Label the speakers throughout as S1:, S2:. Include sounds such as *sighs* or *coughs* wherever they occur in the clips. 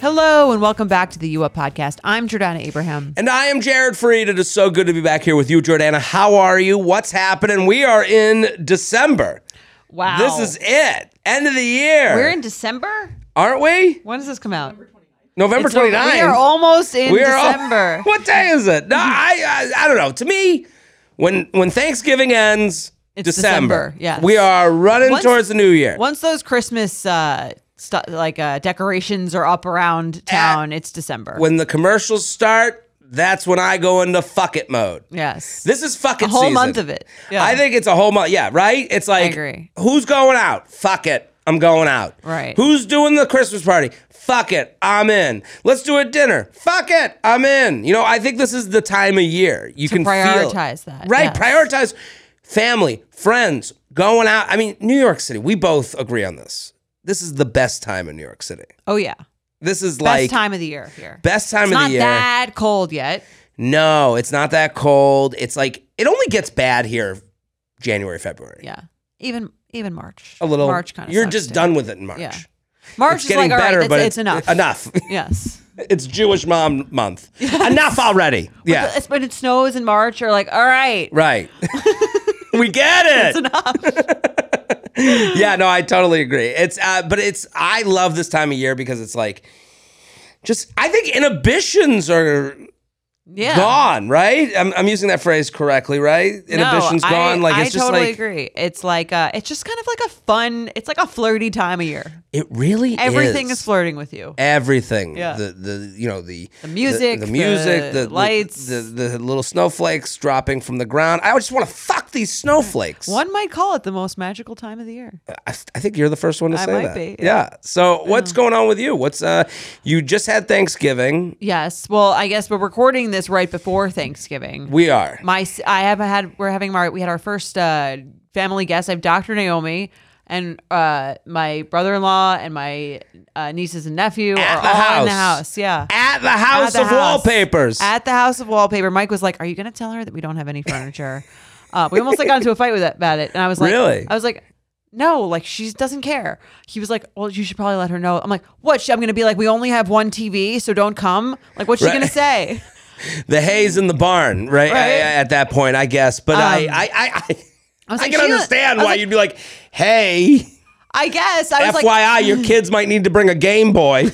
S1: Hello and welcome back to the U Up podcast. I'm Jordana Abraham.
S2: And I am Jared Freed. It is so good to be back here with you, Jordana. How are you? What's happening? We are in December.
S1: Wow.
S2: This is it. End of the year.
S3: We're in December?
S2: Aren't we?
S1: When does this come out?
S2: November
S3: It's al-
S2: 29th.
S3: We are almost in
S2: We are all-
S3: December.
S2: *laughs* what day is it? No, I, I I don't know. To me, when when Thanksgiving ends,
S1: It's
S2: December.
S1: December, yes.
S2: We are running
S3: Once-
S2: towards the new year.
S3: Once those Christmas uh, stu- like uh, decorations are up around
S2: Eh.
S3: town, it's December.
S2: when the commercials start, that's when I go into fuck it mode.
S3: yes.
S2: This is fuck it
S3: a whole
S2: season.
S3: month of it. Yeah.
S2: I think it's a whole month. Yeah, right? It's like
S3: agree.
S2: who's going out? Fuck it. I'm going out.
S3: Right.
S2: Who's doing the Christmas party? Fuck it. I'm in. Let's do a dinner. Fuck it. I'm in. You know, I think this is the time of year you can feel-
S3: prioritize that,
S2: Right.
S3: yes.
S2: Prioritize family, friends, going out. I mean, New York City, we both agree on this. This is the best time in New York City.
S3: oh, yeah.
S2: This is
S3: Best
S2: like
S3: time of the year here.
S2: best time
S3: it's
S2: of
S3: not
S2: the year.
S3: that cold yet.
S2: No, it's not that cold. It's like it only gets bad here January, February.
S3: Yeah. Even even March.
S2: A little
S3: March kind of
S2: You're just done with it in March.
S3: Yeah. March
S2: It's
S3: is
S2: getting
S3: like, all right,
S2: better,
S3: that's-
S2: but
S3: it's,
S2: it's,
S3: enough.
S2: Enough.
S3: Yes.
S2: *laughs* it's Jewish mom
S3: *laughs*
S2: month. Enough already.
S3: But
S2: Yeah.
S3: it's- When it snows in March, you're like, all right.
S2: Right. *laughs* we get it.
S3: It's enough.
S2: *laughs* yeah, no, I totally agree. It's uh, but it's I love this time of year because it's like just I think inhibitions are
S3: Yeah.
S2: gone, right? I'm, I'm using that phrase correctly, right? Inhibitions
S3: no,
S2: gone.
S3: I,
S2: like
S3: I
S2: it's just
S3: totally
S2: like
S3: agree. It's like uh, it's just kind of like a fun. It's like a flirty time of year.
S2: it really
S3: Everything is, flirting with you.
S2: everything.
S3: Yeah.
S2: The the you know the the
S3: music,
S2: the, music,
S3: the
S2: the,
S3: lights.
S2: the, the, the little snowflakes dropping from the ground. I just want to fuck these snowflakes.
S3: One might call it the most magical time of the year.
S2: I, I think you're the first one to
S3: I
S2: say
S3: might
S2: that.
S3: be, Mm.
S2: yeah. So what's going on with you? What's uh? You just had Thanksgiving.
S3: Yes. Well, I guess we're recording this right before Thanksgiving.
S2: We are.
S3: My s- I have had we're having our we had our first uh, family guest. I have Dr. Naomi and uh, my brother-in-law and my uh, nieces and nephew
S2: At
S3: are
S2: the
S3: all in the
S2: house.
S3: house. Yeah.
S2: at the house
S3: the
S2: of
S3: house.
S2: wallpapers.
S3: At the house of wallpaper, Mike was like, "Are you going to tell her that we don't have any furniture?" uh, we almost like got into a fight with that about it, and I was like,
S2: Really?
S3: I was like, "No, like she doesn't care." He was like, "Well, you should probably let her know." I'm like, "What?" She, I'm going to be like, "We only have one TV, so don't come." Like, what's she
S2: Right.
S3: going to say?
S2: the hay's in the barn, right? I- I- at that point, I guess. But I,
S3: Um,
S2: I, I, I, *laughs* I,
S3: was like,
S2: can
S3: Sheila-
S2: understand
S3: I was
S2: why
S3: like-
S2: you'd be like, "Hey,
S3: I guess I was
S2: FYI,
S3: like, "Mm."
S2: your kids might need to bring a Game
S3: *laughs*
S2: Boy."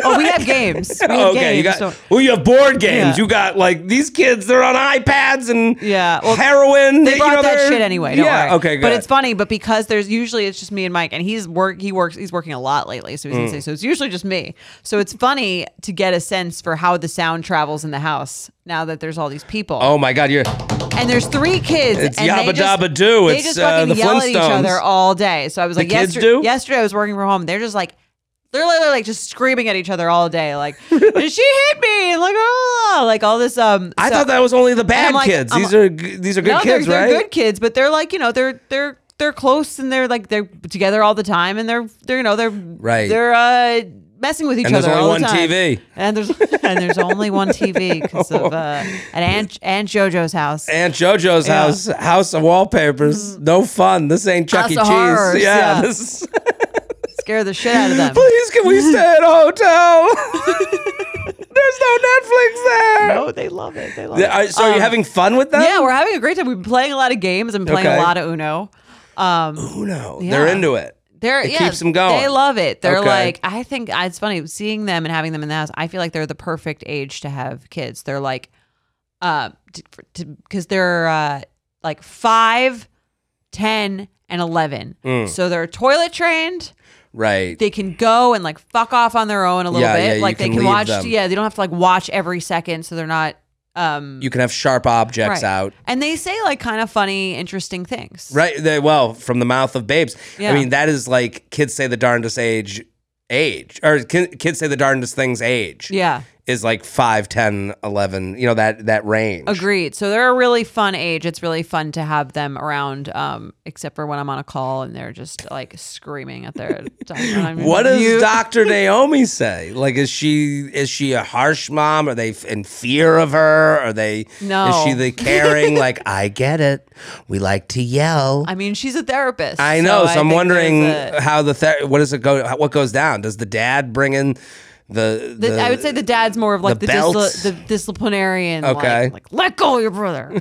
S2: Oh,
S3: "Oh, we have games.
S2: *laughs*
S3: We have
S2: okay,
S3: games."
S2: you got.
S3: so-
S2: well, you have board games.
S3: Yeah.
S2: You got like these kids. They're on iPads and
S3: Yeah, well,
S2: heroin.
S3: they
S2: you
S3: brought
S2: know,
S3: that
S2: they're-
S3: shit anyway. Don't
S2: yeah.
S3: worry.
S2: Okay. Good.
S3: But it's funny, but because there's usually it's just me and Mike, and he's work he works he's working a lot lately, so he's
S2: Mm.
S3: insane. So it's usually just me. So it's funny to get a sense for how the sound travels in the house now that there's all these people.
S2: Oh my God! You're.
S3: and there's three kids.
S2: It's
S3: and
S2: yabba
S3: they just-
S2: dabba doo.
S3: They
S2: It's,
S3: just
S2: uh,
S3: fucking
S2: the
S3: yell at each
S2: Flintstones.
S3: other all day. So I was like,
S2: kids
S3: yester-
S2: do?
S3: yesterday I was working from home. They're just like. They're literally like just screaming at each other all day, like *laughs* "She hit me!" and like oh, like all this. Um,
S2: I
S3: so-
S2: thought that was only the bad
S3: I'm like-
S2: kids.
S3: I'm
S2: these
S3: like-
S2: are g- these are good
S3: no,
S2: kids,
S4: they're-
S3: they're,
S2: right?
S3: They're good kids, but they're like you know they're they're they're close and they're like they're together all the time and they're they're you know they're
S2: Right.
S3: they're uh messing with each
S2: And there's
S3: other
S2: only
S3: all
S2: one
S3: the time.
S2: TV.
S3: and there's *laughs* and there's only
S2: *laughs*
S3: one TV because of uh, at Aunt Aunt JoJo's house.
S2: Aunt JoJo's
S3: Yeah. Mm-hmm.
S2: house, house of wallpapers. No fun. This ain't Chuck
S3: House
S2: E.
S3: of
S2: Cheese.
S3: Horrors,
S2: yeah,
S3: yeah.
S2: This is,
S3: Scare the shit out
S2: *laughs*
S3: of them.
S2: please, can
S3: *laughs*
S2: we stay at a hotel? There's no Netflix there.
S3: No, Oh, they love it. They love
S2: Th- are-
S3: it.
S2: so you're having fun with them?
S3: Um, Yeah, we're having a great time. We've been playing a lot of games and playing
S2: Okay.
S3: a lot of Uno.
S2: Uno. They're
S3: Yeah.
S2: into it.
S3: They're
S2: It
S3: yeah,
S2: keeps 'em going.
S3: They love it. They're
S2: Okay.
S3: like, I think I- it's funny seeing them and having them in the house. I feel like they're the perfect age to have kids. They're like, uh, because they're uh, like five, 10, and eleven.
S2: Mm.
S3: So they're toilet trained.
S2: Right.
S3: They can go and like fuck off on their own a little
S2: Yeah,
S3: bit.
S2: yeah, you
S3: like
S2: can
S3: they can
S2: leave
S3: watch.
S2: them.
S3: Yeah, they don't have to like watch every second, so they're not. um,
S2: You can have sharp objects
S3: right.
S2: out.
S3: and they say like kind of funny, interesting things.
S2: Right. They, well, from the mouth of babes. I
S3: Yeah.
S2: mean, that is like kids say the darndest age, age, or ki- kids say the darndest things age
S3: Yeah,
S2: is like 5, 10, 11, you know, that, that range.
S3: agreed. So they're a really fun age. It's really fun to have them around, um, except for when I'm on a call and they're just like screaming
S2: *laughs*
S3: at their.
S2: What
S3: what
S2: does
S3: *laughs*
S2: Dr. Naomi say? Like, is she is she a harsh mom? Are they f- in fear of her? Are they?
S3: No.
S2: Is she the caring?
S3: *laughs*
S2: like, I get it. We like to yell.
S3: I mean, she's a therapist.
S2: I know. So, I am
S3: think
S2: wondering
S3: there's a-
S2: how the ther- what does it go? how- What goes down? Does the dad bring in the? the,
S3: the- I would say the dad's more of like
S2: uh, the
S3: the, disli-
S2: belt?
S3: the disciplinarian. like-
S2: Okay.
S3: Like, let go of your brother,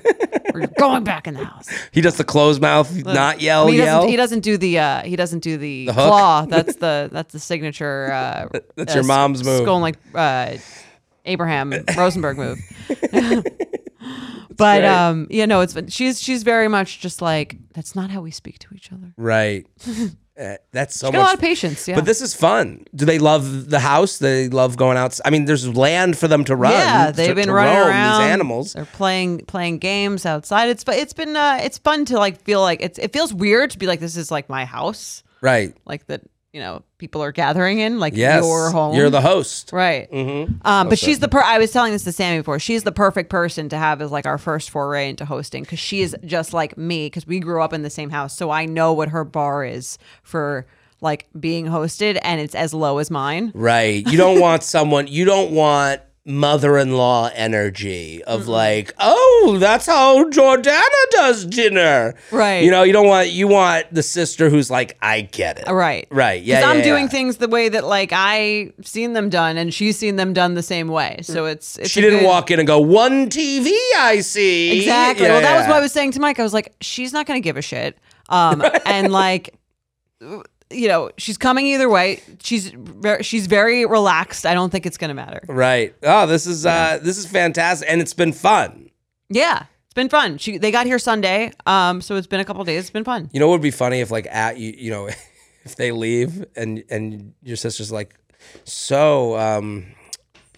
S2: *laughs*
S3: or you're going back in the house.
S2: he does the closed mouth, not Uh, yell,
S3: I mean, he
S2: yell.
S3: Doesn't, he doesn't do the uh, he doesn't do the,
S2: hook? *laughs*
S3: claw. That's the that's the signature. Uh,
S2: That's
S3: uh,
S2: your
S3: sc-
S2: mom's move.
S3: Skolnick, uh,
S2: *laughs*
S3: Abraham Rosenberg move. but
S2: great.
S3: um, yeah, no, it's she's she's very much just like that's not how we speak to each other. *laughs*
S2: right. Uh, that's so
S3: Got a lot
S2: much.
S3: of patience. Yeah.
S2: But this is fun. Do they love the house? They love going out. I mean, there's land for them to run.
S3: yeah,
S2: to-
S3: they've been
S2: to
S3: running
S2: roam,
S3: around.
S2: These animals.
S3: They're playing playing games outside. It's but it's been uh, it's fun to like feel like it's it feels weird to be like this is like my house,
S2: Right.
S3: like that you know people are gathering in like
S2: Yes.
S3: your home.
S2: You're the host.
S3: Right.
S2: Mm-hmm.
S3: Um, but she's the per- I was telling this to Sammy before. She's the perfect person to have as like our first foray into hosting because she is just like me because we grew up in the same house, so I know what her bar is for like being hosted, and it's as low as mine.
S2: Right. You
S3: *laughs*
S2: don't want someone, you don't want mother in law energy of like, oh, that's how Jordana does dinner.
S3: Right.
S2: You know, you don't want, you want the sister who's like, I get it.
S3: Right.
S2: Right. Yeah.
S3: Because I'm
S2: yeah,
S3: doing
S2: yeah.
S3: things the way that like I seen them done, and she's seen them done the same way. So it's, it's
S2: Mm. She
S3: a
S2: didn't
S3: good-
S2: walk in and go, one TV I see.
S3: Exactly.
S2: Yeah,
S3: well, that was
S2: yeah.
S3: what I was saying to Mike. I was like, she's not going to give a shit. Um, and like, you know, she's coming either way. She's ver- she's very relaxed. I don't think it's going to matter.
S2: Right. Oh, this is uh this is fantastic and it's been fun.
S3: Yeah, it's been fun. She they got here Sunday. Um, so it's been a couple days. It's been fun.
S2: You know what would be funny if like at you you know *laughs* if they leave and and your sister's like, so um,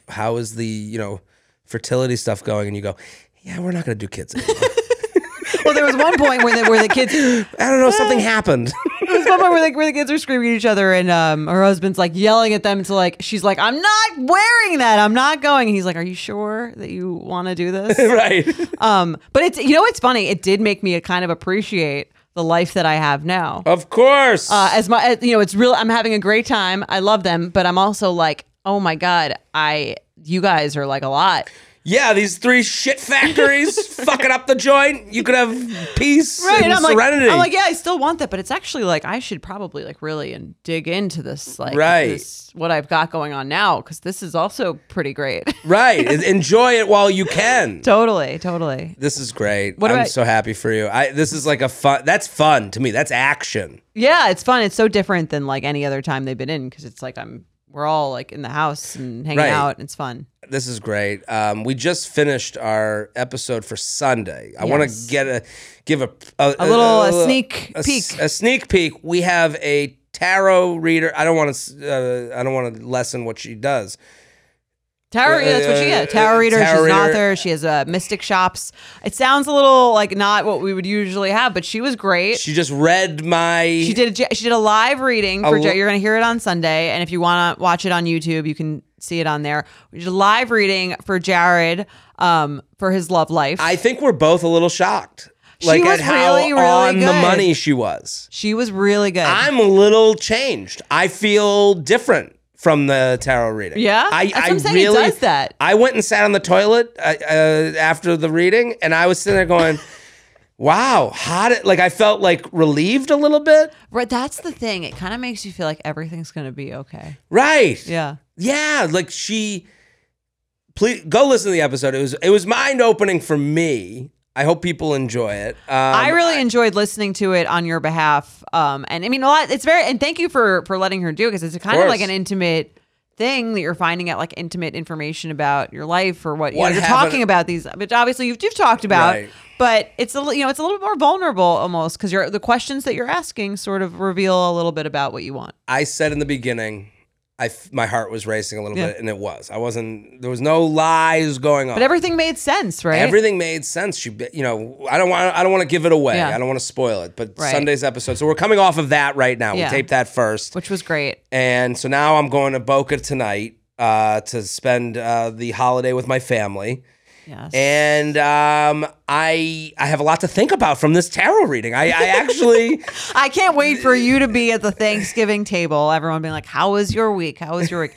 S2: how is the you know fertility stuff going? And you go, yeah, we're not gonna do kids. anymore." *laughs*
S3: Well, there was one point where the, where the kids there
S2: I don't know.
S3: *laughs*
S2: Something happened. *laughs*
S3: was one point where the, where the kids were screaming at each other, and um, her husband's like yelling at them to like she's like, I'm not wearing that. I'm not going. And he's like, Are you sure that you want to do this?
S2: right.
S3: Um, but it's you know it's funny. It did make me kind of appreciate the life that I have now.
S2: Of course.
S3: Uh, as my as, you know, it's real. I'm having a great time. I love them, but I'm also like, oh my god, I you guys are like a lot.
S2: yeah. These three shit
S3: *laughs*
S2: factories fucking up the joint. You could have peace and,
S3: And I'm
S2: serenity.
S3: like, I'm like, yeah, I still want that, but it's actually like I should probably like really and dig into this like
S2: Right.
S3: this, what I've got going on now because this is also pretty great.
S2: *laughs*
S3: *laughs*
S2: right. En- Enjoy it while you can.
S3: totally, totally.
S2: This is great.
S3: What
S2: I'm
S3: about-
S2: so happy for you. I this is like a fun. That's fun to me. That's action.
S3: Yeah, it's fun. It's so different than like any other time they've been in because it's like I'm we're all like in the house and hanging
S2: Right.
S3: out. And it's fun.
S2: This is great. Um, we just finished our episode for Sunday. I want
S3: Yes.
S2: to get a give a a,
S3: a little a sneak
S2: a s-
S3: peek.
S2: a sneak peek. We have a tarot reader. I don't want to. Uh, I don't want to lessen what she does.
S3: Tarot, yeah, that's what she
S2: uh,
S3: is. Tarot reader.
S2: tarot
S3: she's an
S2: reader.
S3: author. She has uh, mystic shops. It sounds a little like not what we would usually have, but she was great.
S2: She just read my.
S3: She did. A, j- she did a live reading for.
S2: li-
S3: Jer- you're gonna hear it on Sunday, and if you wanna watch it on YouTube, you can see it on there. We did a live reading for Jared, um, for his love life.
S2: I think we're both a little shocked.
S3: She was really, really
S2: on the
S3: good.
S2: money she was.
S3: she was really good.
S2: I'm a little changed. I feel different from the tarot reading.
S3: Yeah?
S2: I,
S3: That's what
S2: I
S3: I'm saying, it
S2: really
S3: does that.
S2: I went and sat on the toilet uh, uh, after the reading, and I was sitting there going, *laughs* "Wow, how did?" Like I felt like relieved a little bit.
S3: but that's the thing. It kind of makes you feel like everything's gonna be okay.
S2: Right.
S3: Yeah.
S2: Yeah, like she. Please go listen to the episode. It was it was mind opening for me. I hope people enjoy it. Um,
S3: I really enjoyed listening to it on your behalf. Um, and I mean, a lot. It's very and thank you for for letting her do it because it's kind of
S2: course.
S3: like an intimate thing that you're finding out like intimate information about your life or what, you
S2: What
S3: know, you're
S2: happened-
S3: talking about these which obviously you've, you've talked about
S2: Right.
S3: but it's a little you know it's a little bit more vulnerable almost because you're the questions that you're asking sort of reveal a little bit about what you want
S2: I said in the beginning, I f- my heart was racing a little bit, and it was. I wasn't. There was no lies going on.
S3: But everything made sense, right?
S2: Everything made sense. She, you know, I don't want. I don't want to give it away.
S3: Yeah.
S2: I don't want to spoil it. But
S3: Right.
S2: Sunday's episode. So we're coming off of that right now.
S3: Yeah.
S2: We taped that first,
S3: Which was great.
S2: and so now I'm going to Boca tonight uh, to spend uh, the holiday with my family.
S3: Yes.
S2: And um, I I have a lot to think about from this tarot reading. I, I
S3: *laughs*
S2: actually
S3: I can't wait for you to be at the Thanksgiving table. Everyone being like, "How was your week? How was
S2: *laughs*
S3: your week?"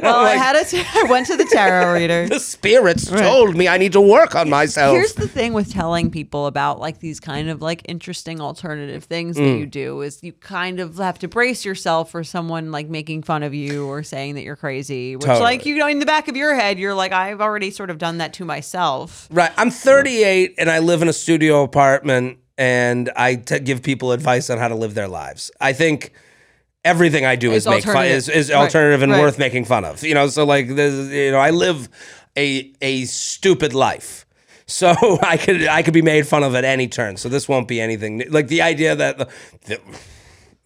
S3: Well, I
S2: Like-
S3: had a t- *laughs* I went to the tarot
S2: *laughs*
S3: reader.
S2: the spirits told me I need to work on myself.
S3: Here's the thing with telling people about like these kind of like interesting alternative things
S2: Mm.
S3: that you do is you kind of have to brace yourself for someone like making fun of you or saying that you're crazy, which like
S2: Totally.
S3: you know in the back of your head you're like I've already sort of done that to myself.
S2: Right. I'm 38 and I live in a studio apartment and I t- give people advice on how to live their lives. I think everything I do is
S3: It's
S2: make fun
S3: alternative.
S2: is, is
S3: Right,
S2: alternative and
S3: right.
S2: worth making fun of. You know, so like this, you know, I live a a stupid life. So *laughs* I could I could be made fun of at any turn. So this won't be anything new. like the idea that the, the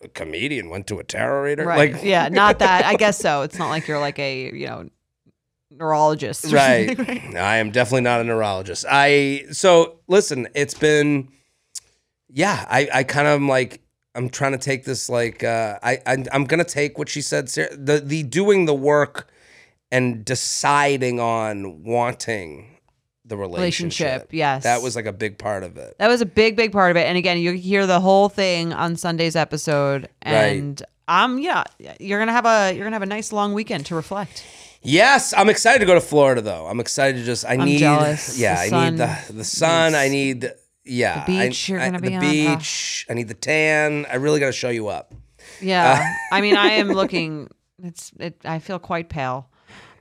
S2: a comedian went to a tarot reader.
S3: Right.
S2: Like
S3: yeah, not that. I guess so. It's not like you're like a, you know, neurologist. *laughs*
S2: *laughs*
S3: or
S2: right. I am definitely not a neurologist. I so listen, it's been yeah, I I kind of am like I'm trying to take this like uh I I'm, I'm going to take what she said ser- the the doing the work and deciding on wanting the relationship.
S3: Relationship, yes.
S2: That was like a big part of it.
S3: That was a big, big part of it. And again, you hear the whole thing on Sunday's episode. And um, yeah, you're gonna have a you're gonna have a nice long weekend to reflect.
S2: Yes, I'm excited to go to Florida though. I'm excited to just I need
S3: jealous.
S2: yeah,
S3: The
S2: I
S3: sun.
S2: need the the sun, I need yeah,
S3: The
S2: I-
S3: beach you're
S2: I-
S3: gonna be
S2: the
S3: on, ugh.
S2: beach. I need the tan. I really got to show you up.
S3: Yeah, Uh, I mean, I am looking. It's it. I feel quite pale.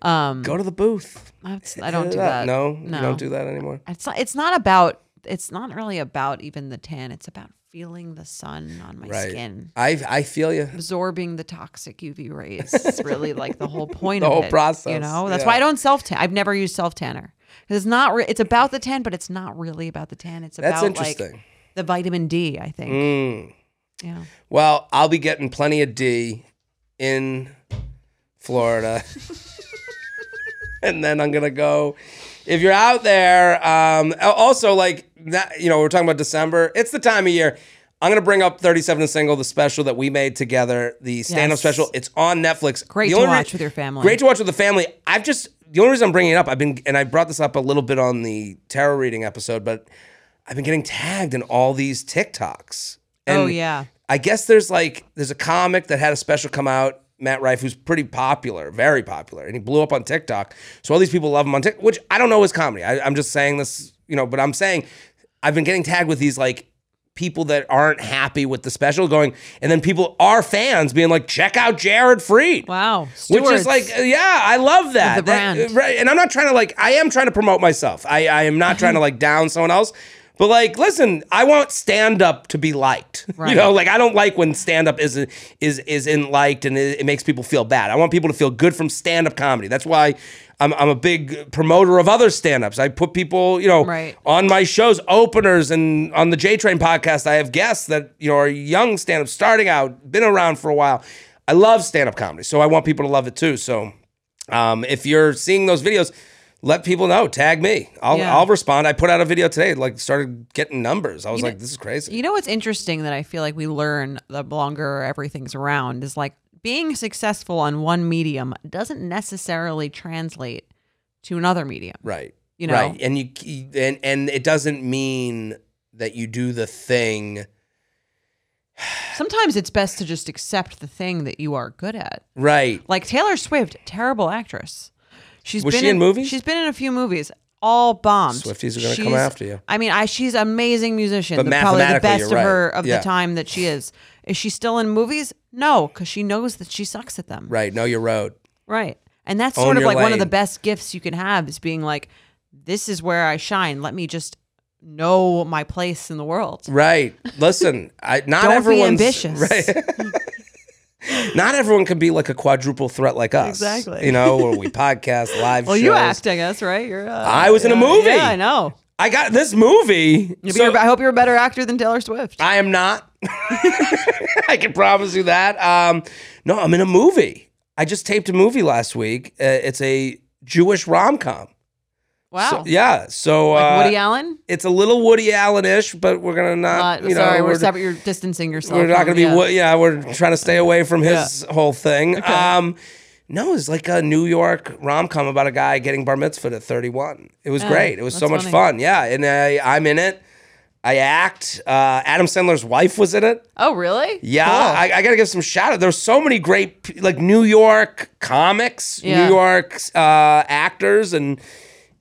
S3: Um,
S2: Go to the booth.
S3: that's- I don't
S2: Hit
S3: do
S2: it up.
S3: that.
S2: No, you don't do that anymore.
S3: It's not, it's not about. It's not really about even the tan. It's about feeling the sun on my
S2: Right.
S3: skin.
S2: I I feel you.
S3: absorbing the toxic
S2: *laughs*
S3: UV rays. It's really like the whole point
S2: The
S3: of
S2: whole
S3: it, You
S2: process,
S3: know, that's
S2: yeah.
S3: why I don't self tan. I've never used self tanner. 'Cause It's not. Re- it's about the tan, but it's not really about the tan. It's
S2: That's
S3: about like
S2: interesting.
S3: the vitamin D. I think.
S2: Mm.
S3: Yeah.
S2: Well, I'll be getting plenty of D in Florida, and then I'm gonna go. If you're out there, um, al- also like that, you know, we're talking about December. It's the time of year. I'm gonna bring up 37 and single, the special that we made together, the stand-up
S3: Yes.
S2: special. It's on Netflix.
S3: Great
S2: The
S3: to
S2: only
S3: watch with your family.
S2: Great to watch with the family. I've just the only reason I'm bringing it up. I've been and I brought this up a little bit on the tarot reading episode, but I've been getting tagged in all these TikToks. And
S3: oh yeah.
S2: I guess there's like there's a comic that had a special come out, Matt Rife, who's pretty popular, very popular, and he blew up on TikTok. So all these people love him on TikTok, which I don't know is comedy. I, I'm just saying this, you know. But I'm saying I've been getting tagged with these like people that aren't happy with the special going, and then people are fans being like, check out Jared Freed.
S3: Wow.
S2: Which is
S3: Stewards.
S2: like, uh, yeah, I love that.
S3: Of the
S2: That- uh,
S3: brand.
S2: right. And I'm not trying to like, I am trying to promote myself. I, I am not trying
S3: Mm-hmm.
S2: to like down someone else. But like, listen, I want stand up to be liked. *laughs*
S3: Right.
S2: You know, like I don't like when stand up is is isn't liked and it, it makes people feel bad. I want people to feel good from stand up comedy. That's why I'm, I'm a big promoter of other stand ups. I put people, you know,
S3: Right.
S2: on my shows, openers, and on the J Train podcast, I have guests that you know are young stand up, starting out, been around for a while. I love stand up comedy, so I want people to love it too. So, um, if you're seeing those videos, let people know. Tag me. I'll
S3: Yeah.
S2: I'll respond. I put out a video today. Like started getting numbers. I was like, this is crazy.
S3: You know what's interesting that I feel like we learn the longer everything's around is like being successful on one medium doesn't necessarily translate to another medium.
S2: right.
S3: You know?
S2: Right. And you and and it doesn't mean that you do the thing.
S3: Sometimes it's best to just accept the thing that you are good at.
S2: Right.
S3: Like Taylor Swift, terrible actress. She's
S2: Was
S3: been
S2: she in movies?
S3: She's been in a few movies, all bombs.
S2: Swifties are gonna come
S3: She's-
S2: after you.
S3: I mean, I she's an amazing musician,
S2: But
S3: the- probably the
S2: mathematically,
S3: best
S2: you're
S3: of
S2: right.
S3: her of
S2: Yeah.
S3: the time that she is. Is she still in movies? No, because she knows that she sucks at them.
S2: Right. Know your road.
S3: Right. And that's
S2: Own
S3: sort of
S2: your
S3: like one of the
S2: lane.
S3: best gifts you can have is being like, this is where I shine. Let me just know my place in the world.
S2: Right. Listen, I not
S3: Don't be
S2: everyone's
S3: ambitious.
S2: *laughs* Right. not everyone can be like a quadruple threat like us.
S3: Exactly.
S2: You know, where we
S3: *laughs*
S2: podcast live *laughs*
S3: *laughs* Well,
S2: shows.
S3: you act, I guess, right? You're. Uh,
S2: I was in a
S3: yeah,
S2: movie.
S3: Yeah, I know.
S2: I got this movie.
S3: Maybe
S2: so-
S3: you're- I hope you're a better actor than Taylor Swift.
S2: I *laughs* am not. I can promise you that. Um, no, I'm in a movie. I just taped a movie last week. Uh, it's a Jewish rom com.
S3: Wow.
S2: yeah. So uh,
S3: like Woody Allen?
S2: it's a little Woody Allen ish, but we're gonna not.
S3: Not-
S2: uh, you know,
S3: sorry, we're,
S2: we're,
S3: separate. You're distancing yourself.
S2: we're not
S3: from- uh,
S2: gonna be.
S3: yeah.
S2: Wo- Yeah, we're trying to stay away from his whole thing. Um, no, it's like a New York rom com about a guy getting bar mitzvah at 31. It was great. It was so
S3: Oh, that's
S2: much
S3: funny.
S2: fun. Yeah, and I, I'm in it. I act. Uh, Adam Sandler's wife was in it.
S3: Oh, really?
S2: Yeah,
S3: Cool.
S2: I, I gotta give some shout out. There's so many great p- like New York comics,
S3: Yeah.
S2: New York uh, actors, and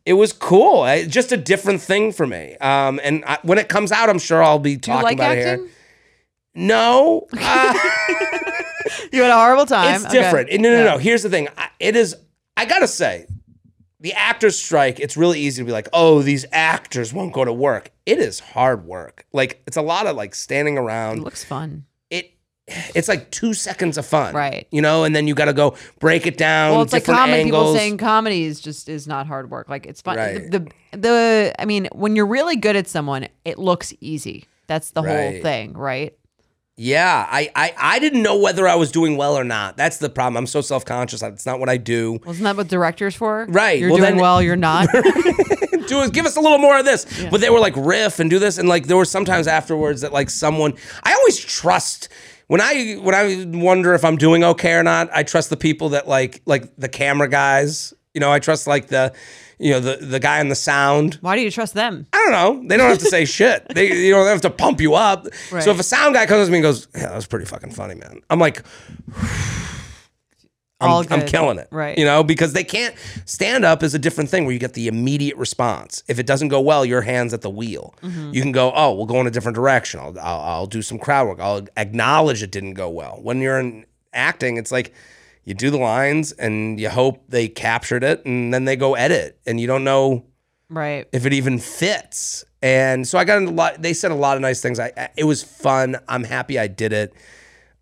S2: it was cool. I, just a different thing for me. Um, and I, when it comes out, I'm sure I'll be
S3: Do you
S2: talking
S3: like
S2: about it
S3: acting?
S2: here.
S3: *laughs*
S2: No, uh,
S3: You had a horrible time.
S2: it's
S3: Okay.
S2: different. And No, no, no. Here's the thing. I, it is. I gotta say, the actors strike. It's really easy to be like, oh, these actors won't go to work. It is hard work. Like it's a lot of like standing around
S3: It looks fun.
S2: it it's like two seconds of fun,
S3: Right.
S2: You know, and then you got to go break it down.
S3: Well, it's like
S2: different
S3: comedy.
S2: angles.
S3: People saying comedy is just is not hard work. Like it's fun.
S2: Right.
S3: The, the the- I mean, when you're really good at someone, it looks easy. That's the whole
S2: Right.
S3: thing, right?
S2: Yeah, I, I I didn't know whether I was doing well or not. That's the problem. I'm so self conscious. It's not what I do.
S3: Wasn't that what directors for?
S2: Right.
S3: You're
S2: Well,
S3: doing
S2: then-
S3: well.
S2: *laughs*
S3: You're not.
S2: do is give us a little more of this. But they were like riff and do this, and like there were sometimes afterwards that like someone. I always trust when I when I wonder if I'm doing okay or not. I trust the people that like like the camera guys. You know, I trust like the you know the the guy on the sound.
S3: Why do you trust them?
S2: I don't know. They don't have to
S3: *laughs*
S2: say shit. They you know they don't have to pump you up. So if a sound guy comes to me and goes, "Yeah, that was pretty fucking funny, man," I'm like, *sighs*
S3: All
S2: I'm, I'm
S3: good.
S2: killing it,
S3: Right.
S2: You know, because they can't stand up is a different thing where you get the immediate response. If it doesn't go well, your hands at the wheel.
S3: Mm-hmm.
S2: You can go, "Oh, we'll go in a different direction. I'll, I'll I'll do some crowd work. I'll acknowledge it didn't go well." When you're in acting, it's like. You do the lines and you hope they captured it, and then they go edit, and you don't know
S3: Right.
S2: if it even fits. And so I got a lot. They said a lot of nice things. I- I it was fun. I'm happy I did it.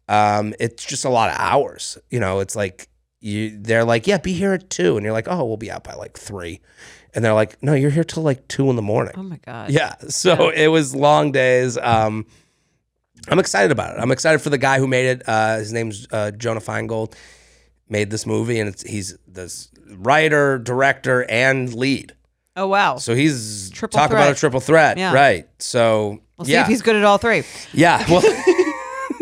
S2: Um, it's just a lot of hours. You know, it's like you. They're like, yeah, be here at two, and you're like, oh, we'll be out by like three, and they're like, no, you're here till like two in the morning.
S3: Oh my god.
S2: Yeah. So it was long days. Um, I'm excited about it. I'm excited for the guy who made it. Uh, his name's uh, Jonah Feingold. Made this movie, and it's, he's this writer, director, and lead.
S3: Oh wow.
S2: So he's
S3: Triple
S2: talk about a
S3: threat.
S2: triple threat,
S3: Yeah.
S2: right? So
S3: we'll see
S2: yeah,
S3: if he's good at all three.
S2: yeah. Well,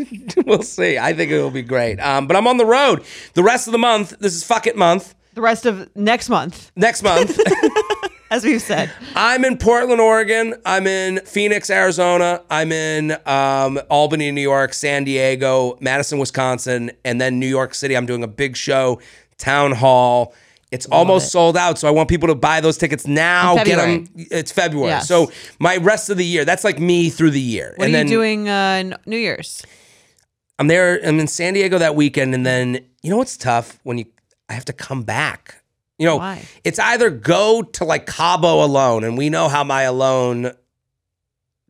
S2: *laughs* we'll see. I think it'll be great. Um, but I'm on the road the rest of the month. This is fuck it month.
S3: The rest of next month,
S2: Next month, *laughs*
S3: as we've said.
S2: I'm in Portland, Oregon. I'm in Phoenix, Arizona. I'm in um, Albany, New York, San Diego, Madison, Wisconsin, and then New York City. I'm doing a big show, town hall. It's almost sold out, so I want people to buy those tickets now.
S3: In
S2: Get
S3: February.
S2: them. It's February,
S3: Yes.
S2: so my rest of the year. That's like me through the year.
S3: What
S2: and
S3: are
S2: then
S3: you doing uh, in New Year's?
S2: I'm there. I'm in San Diego that weekend, and then you know what's tough when you I have to come back. You know,
S3: Why?
S2: it's either go to like Cabo alone, and we know how my alone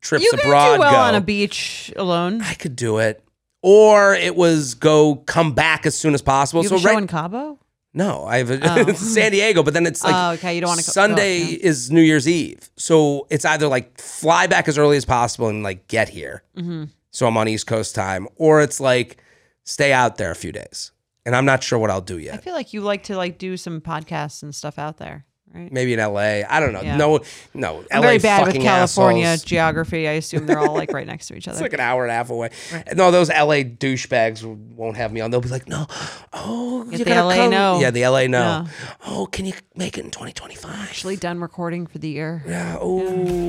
S2: trips
S3: You can
S2: abroad
S3: do well
S2: go.
S3: on a beach alone.
S2: I could do it, or it was go come back as soon as possible.
S3: You have
S2: so
S3: a show
S2: right,
S3: in Cabo?
S2: no, I have a,
S3: Oh.
S2: *laughs* it's San Diego, but then it's like
S3: oh, okay. You don't want to go.
S2: Sunday
S3: Go,
S2: is New Year's Eve, so it's either like fly back as early as possible and like get here,
S3: hmm
S2: so I'm on East Coast time, or it's like stay out there a few days, and I'm not sure what I'll do
S3: I
S2: yet.
S3: feel like you like to like do some podcasts and stuff out there, right?
S2: Maybe in LA, I don't know.
S3: Yeah.
S2: No, no, LA
S3: I'm very bad with
S2: fucking
S3: California
S2: assholes.
S3: geography. I assume they're all like right next to each
S2: *laughs*
S3: other.
S2: It's like an hour and a half away. No, those LA douchebags won't have me on. They'll be like, no, oh,
S3: Get
S2: you
S3: the
S2: gotta
S3: LA
S2: come.
S3: no.
S2: Yeah, the LA no.
S3: Yeah.
S2: Oh, can you make it in 2025?
S3: Actually, done recording for the year.
S2: yeah. Oh.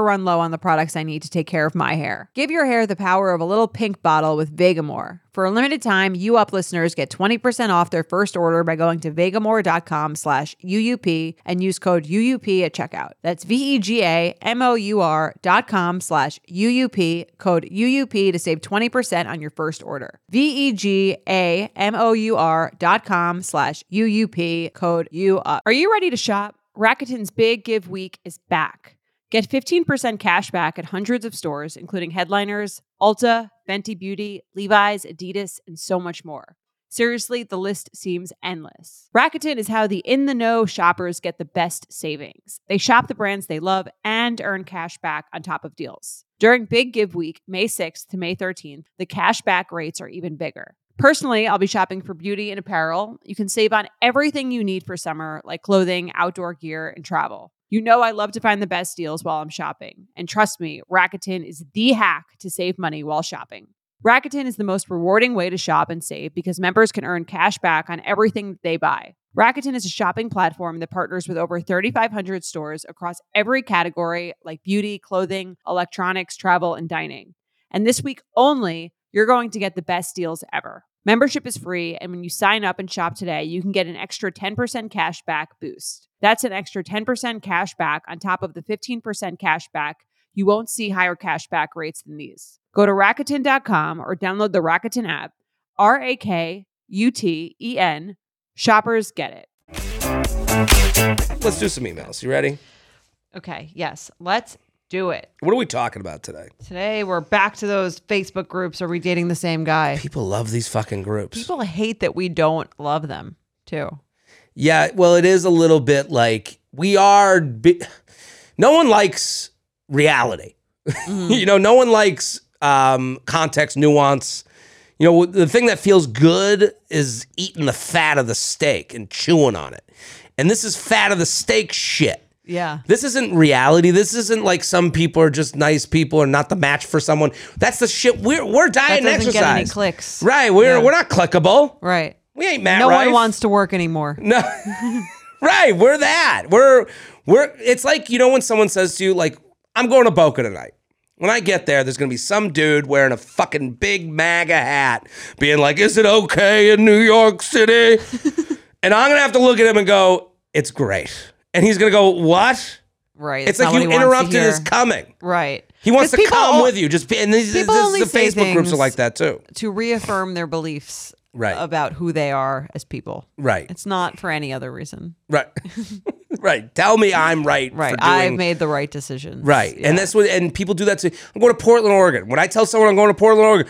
S3: run low on the products I need to take care of my hair. Give your hair the power of a little pink bottle with Vegamore. For a limited time, you up listeners get 20% off their first order by going to vegamore.com slash UUP and use code UUP at checkout. That's E V-E-G-A-M-O-U-R dot com slash UUP, code UUP to save 20% on your first order. E V-E-G-A-M-O-U-R dot com slash UUP, code UUP. Are you ready to shop? Rakuten's Big Give Week is back. Get 15% cash back at hundreds of stores, including Headliners, Ulta, Fenty Beauty, Levi's, Adidas, and so much more. Seriously, the list seems endless. Rakuten is how the in the know shoppers get the best savings. They shop the brands they love and earn cash back on top of deals. During Big Give Week, May 6th to May 13th, the cash back rates are even bigger. Personally, I'll be shopping for beauty and apparel. You can save on everything you need for summer, like clothing, outdoor gear, and travel. You know, I love to find the best deals while I'm shopping. And trust me, Rakuten is the hack to save money while shopping. Rakuten is the most rewarding way to shop and save because members can earn cash back on everything that they buy. Rakuten is a shopping platform that partners with over 3,500 stores across every category like beauty, clothing, electronics, travel, and dining. And this week only, you're going to get the best deals ever. Membership is free, and when you sign up and shop today, you can get an extra 10% cash back boost. That's an extra 10% cash back on top of the 15% cash back. You won't see higher cash back rates than these. Go to Rakuten.com or download the Rakuten app. R A K U T E N. Shoppers get it.
S2: Let's do some emails. You ready?
S3: Okay, yes, let's do it.
S2: What are we talking about today?
S1: Today we're back to those Facebook groups. Are we dating the same guy?
S2: People love these fucking groups.
S1: People hate that we don't love them too.
S2: Yeah, well, it is a little bit like we are. Bi- no one likes reality. *laughs*
S1: Mm-hmm.
S2: you know, no one likes um, context, nuance. You know, the thing that feels good is eating the fat of the steak and chewing on it. And this is fat of the steak shit.
S1: Yeah.
S2: This isn't reality. This isn't like some people are just nice people or not the match for someone. That's the shit. We're we're diet
S1: That
S2: and
S1: doesn't
S2: exercise.
S1: get any clicks.
S2: Right. We're we're not clickable.
S1: Right.
S2: We ain't Matt
S1: No
S2: Rife.
S1: one wants to work anymore.
S2: No. *laughs* right. We're that. We're we're it's like, you know, when someone says to you, like, I'm going to Boca tonight. When I get there, there's gonna be some dude wearing a fucking big MAGA hat, being like, Is it okay in New
S1: *laughs*
S2: York City? and I'm gonna have to look at him and go, It's great. And he's gonna go, What?
S1: Right.
S2: It's
S1: that's
S2: like
S1: not
S2: you
S1: what he wants to
S2: interrupted his
S1: hear.
S2: coming.
S1: Right.
S2: He wants
S1: 'Cause
S2: to
S1: people
S2: come
S1: al-
S2: with you. Just be, and these, this,
S1: people
S2: this,
S1: only
S2: the
S1: say
S2: Facebook groups are
S1: things-
S2: like that too.
S1: to reaffirm their beliefs
S2: Right.
S1: about who they are as people. *laughs*
S2: Right.
S1: It's not for any other reason.
S2: Right. right. Tell me I'm right.
S1: Right.
S2: For doing
S1: I've made the right decisions.
S2: Right.
S1: Yeah.
S2: And that's what and people do that to I'm going to Portland, Oregon. When I tell someone I'm going to Portland, Oregon,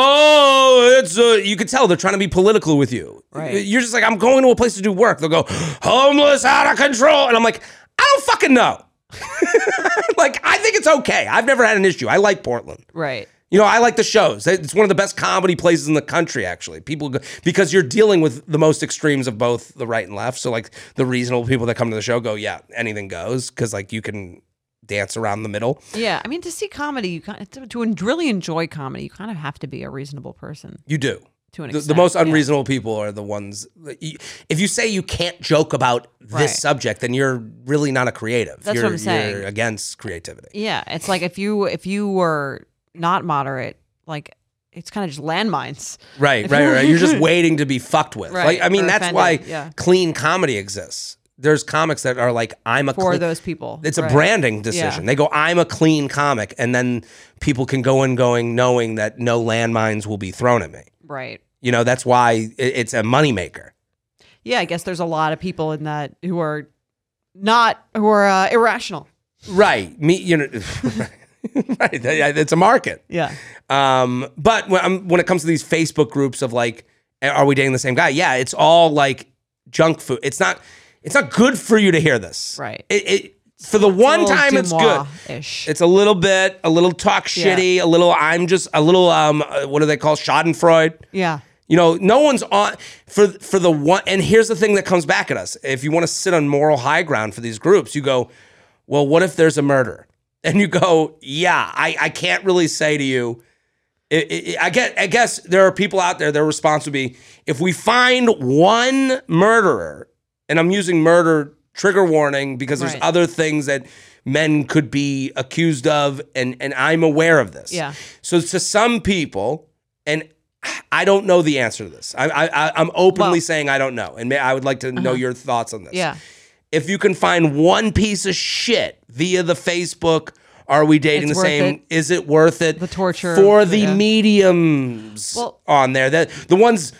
S2: oh, it's a, you could tell they're trying to be political with you.
S1: Right.
S2: You're just like, I'm going to a place to do work. They'll go, homeless, out of control. And I'm like, I don't fucking know. *laughs* like, I think it's okay. I've never had an issue. I like Portland.
S1: right.
S2: You know, I like the shows. It's one of the best comedy places in the country, actually. People, go, because you're dealing with the most extremes of both the right and left. So, like, the reasonable people that come to the show go, yeah, anything goes, because, like, you can dance around the middle.
S1: Yeah. I mean, to see comedy, you kind of, to, to en- really enjoy comedy, you kind of have to be a reasonable person
S2: You do.
S1: to an
S2: The,
S1: extent.
S2: the most
S1: yeah.
S2: unreasonable people are the ones. that you- If you say you can't joke about this
S1: Right.
S2: subject, then you're really not a creative.
S1: That's what
S2: you're,
S1: I'm saying.
S2: You're against creativity.
S1: Yeah. It's like if you if you were not moderate, like it's kind of just landmines.
S2: Right, right, right.
S1: *laughs*
S2: You're just waiting to be fucked with.
S1: Right,
S2: Like, I mean,
S1: or
S2: that's
S1: offended,
S2: why
S1: yeah.
S2: clean comedy exists. There's comics that are like, I'm a
S1: for
S2: clean,
S1: those people.
S2: It's a
S1: Right.
S2: branding decision. They go, I'm a clean comic. And then people can go in going, knowing that no landmines will be thrown at me.
S1: Right.
S2: You know, that's why i- it's a moneymaker.
S1: Yeah, I guess there's a lot of people in that who are not who are uh, irrational.
S2: Right. Me, you know, *laughs* right. Yeah, It's a market. *laughs*
S1: Yeah.
S2: Um, but when, um, when it comes to these Facebook groups of like, are we dating the same guy? Yeah, it's all like junk food. It's not. It's not good for you to hear this.
S1: Right.
S2: It, it for the one
S3: Little
S2: time it's good.
S3: Dumois-ish.
S2: It's a little bit, a little talk shitty, a little. I'm just a little. Um, uh, what do they call Schadenfreude?
S3: Yeah.
S2: You know, no one's on for for the one. And here's the thing that comes back at us: if you want to sit on moral high ground for these groups, you go, "Well, what if there's a murder?" And you go, "Yeah, I I can't really say to you." I- I I get. I guess there are people out there. Their response would be, "If we find one murderer, and I'm using murder trigger warning because there's
S3: Right.
S2: other things that." Men could be accused of, and and I'm aware of this.
S3: Yeah.
S2: So to some people, and I don't know the answer to this. I, I, I- I'm openly
S3: Well- Uh-huh.
S2: saying I don't know, and may, I would like to know your thoughts on this.
S3: Yeah.
S2: If you can find one piece of shit via the Facebook, are we dating
S3: It's
S2: the
S3: worth
S2: same? Is it worth it?
S3: The torture,
S2: for the
S3: yeah.
S2: mediums
S3: Well- Mm-hmm.
S2: on there, that the ones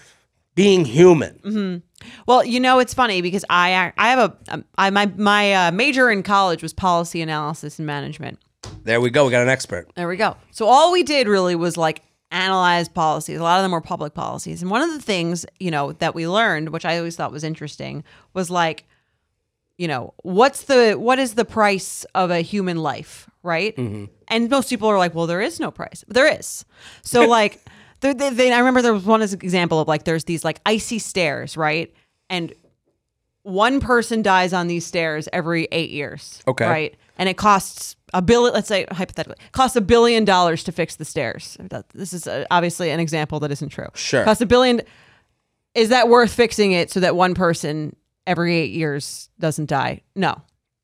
S2: being human.
S3: Well, you know, it's funny because I ac- I have a um, I my my uh, major in college was policy analysis and management.
S2: There we go. We got an expert.
S3: There we go. So all we did really was like analyze policies. A lot of them were public policies. And one of the things, you know, that we learned, which I always thought was interesting, was like, you know, what's the what is the price of a human life, right? And most people are like, well, there is no price. There is. So *laughs* like there, they, they, I remember there was one as- example of like there's these like icy stairs, right? And one person dies on these stairs every eight years.
S2: Okay.
S3: Right. And it costs a billion, let's say hypothetically, costs a billion dollars to fix the stairs. That- This is uh, obviously an example that isn't true.
S2: Sure.
S3: Costs a billion. Is that worth fixing it so that one person every eight years doesn't die? No.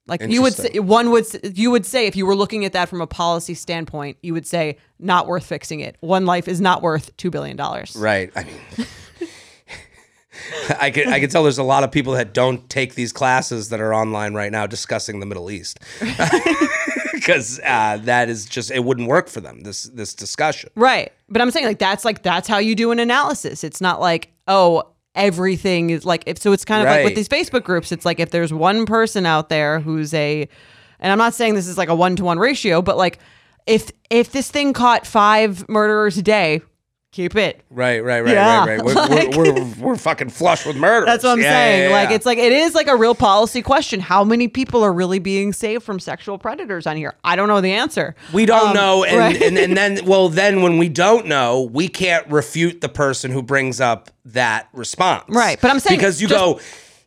S3: Like you would say,
S2: Interesting.
S3: one would, s- you would say, if you were looking at that from a policy standpoint, you would say, not worth fixing it. One life is not worth $2 billion.
S2: Right. I mean, *laughs* I could I could tell there's a lot of people that don't take these classes that are online right now discussing the Middle East *laughs* because uh, that is just it wouldn't work for them. This this discussion.
S3: Right. But I'm saying like that's like that's how you do an analysis. It's not like, oh, everything is like if so it's kind of
S2: Right.
S3: like with these Facebook groups, it's like if there's one person out there who's a and I'm not saying this is like a one to one ratio, but like if if this thing caught five murderers a day, keep it.
S2: Right. Right. Right.
S3: Yeah,
S2: Right. Right. We're, we're,
S3: *laughs*
S2: we're, we're fucking flush with murder.
S3: That's what I'm saying. Like it's like it is like a real policy question. How many people are really being saved from sexual predators on here? I don't know the answer.
S2: we don't
S3: Um,
S2: know, and,
S3: right.
S2: and and then well, then when we don't know, we can't refute the person who brings up that response.
S3: Right, but I'm saying
S2: because you
S3: just-
S2: go. Oh,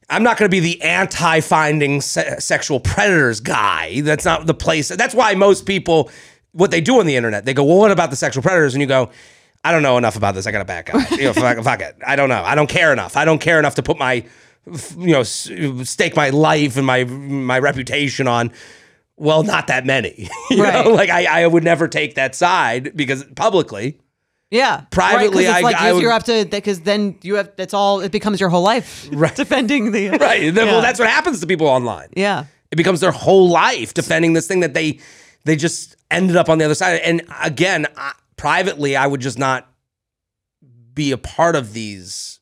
S2: I'm not going to be the anti-finding se- sexual predators guy. That's not the place. That's why most people, what they do on the internet, they go, "Well, what about the sexual predators?" And you go, "I don't know enough about this. I got to back out. You know, *laughs* fuck, fuck it. I don't know. I don't care enough. I don't care enough to put my, f- you know, s- stake my life and my my reputation on." Well, not that many. *laughs* you
S3: Right.
S2: know, like I, I would never take that side because publicly,
S3: Yeah.
S2: Privately,
S3: right, 'cause
S2: I-
S3: it's like
S2: I
S3: you-
S2: would-
S3: you're up to because then you have that's all it becomes your whole
S2: *laughs*
S3: life defending the
S2: right? Then, Well,
S3: Yeah.
S2: that's what happens to people online.
S3: Yeah.
S2: It becomes their whole life defending this thing that they they just ended up on the other side. And again, I, privately, I would just not be a part of these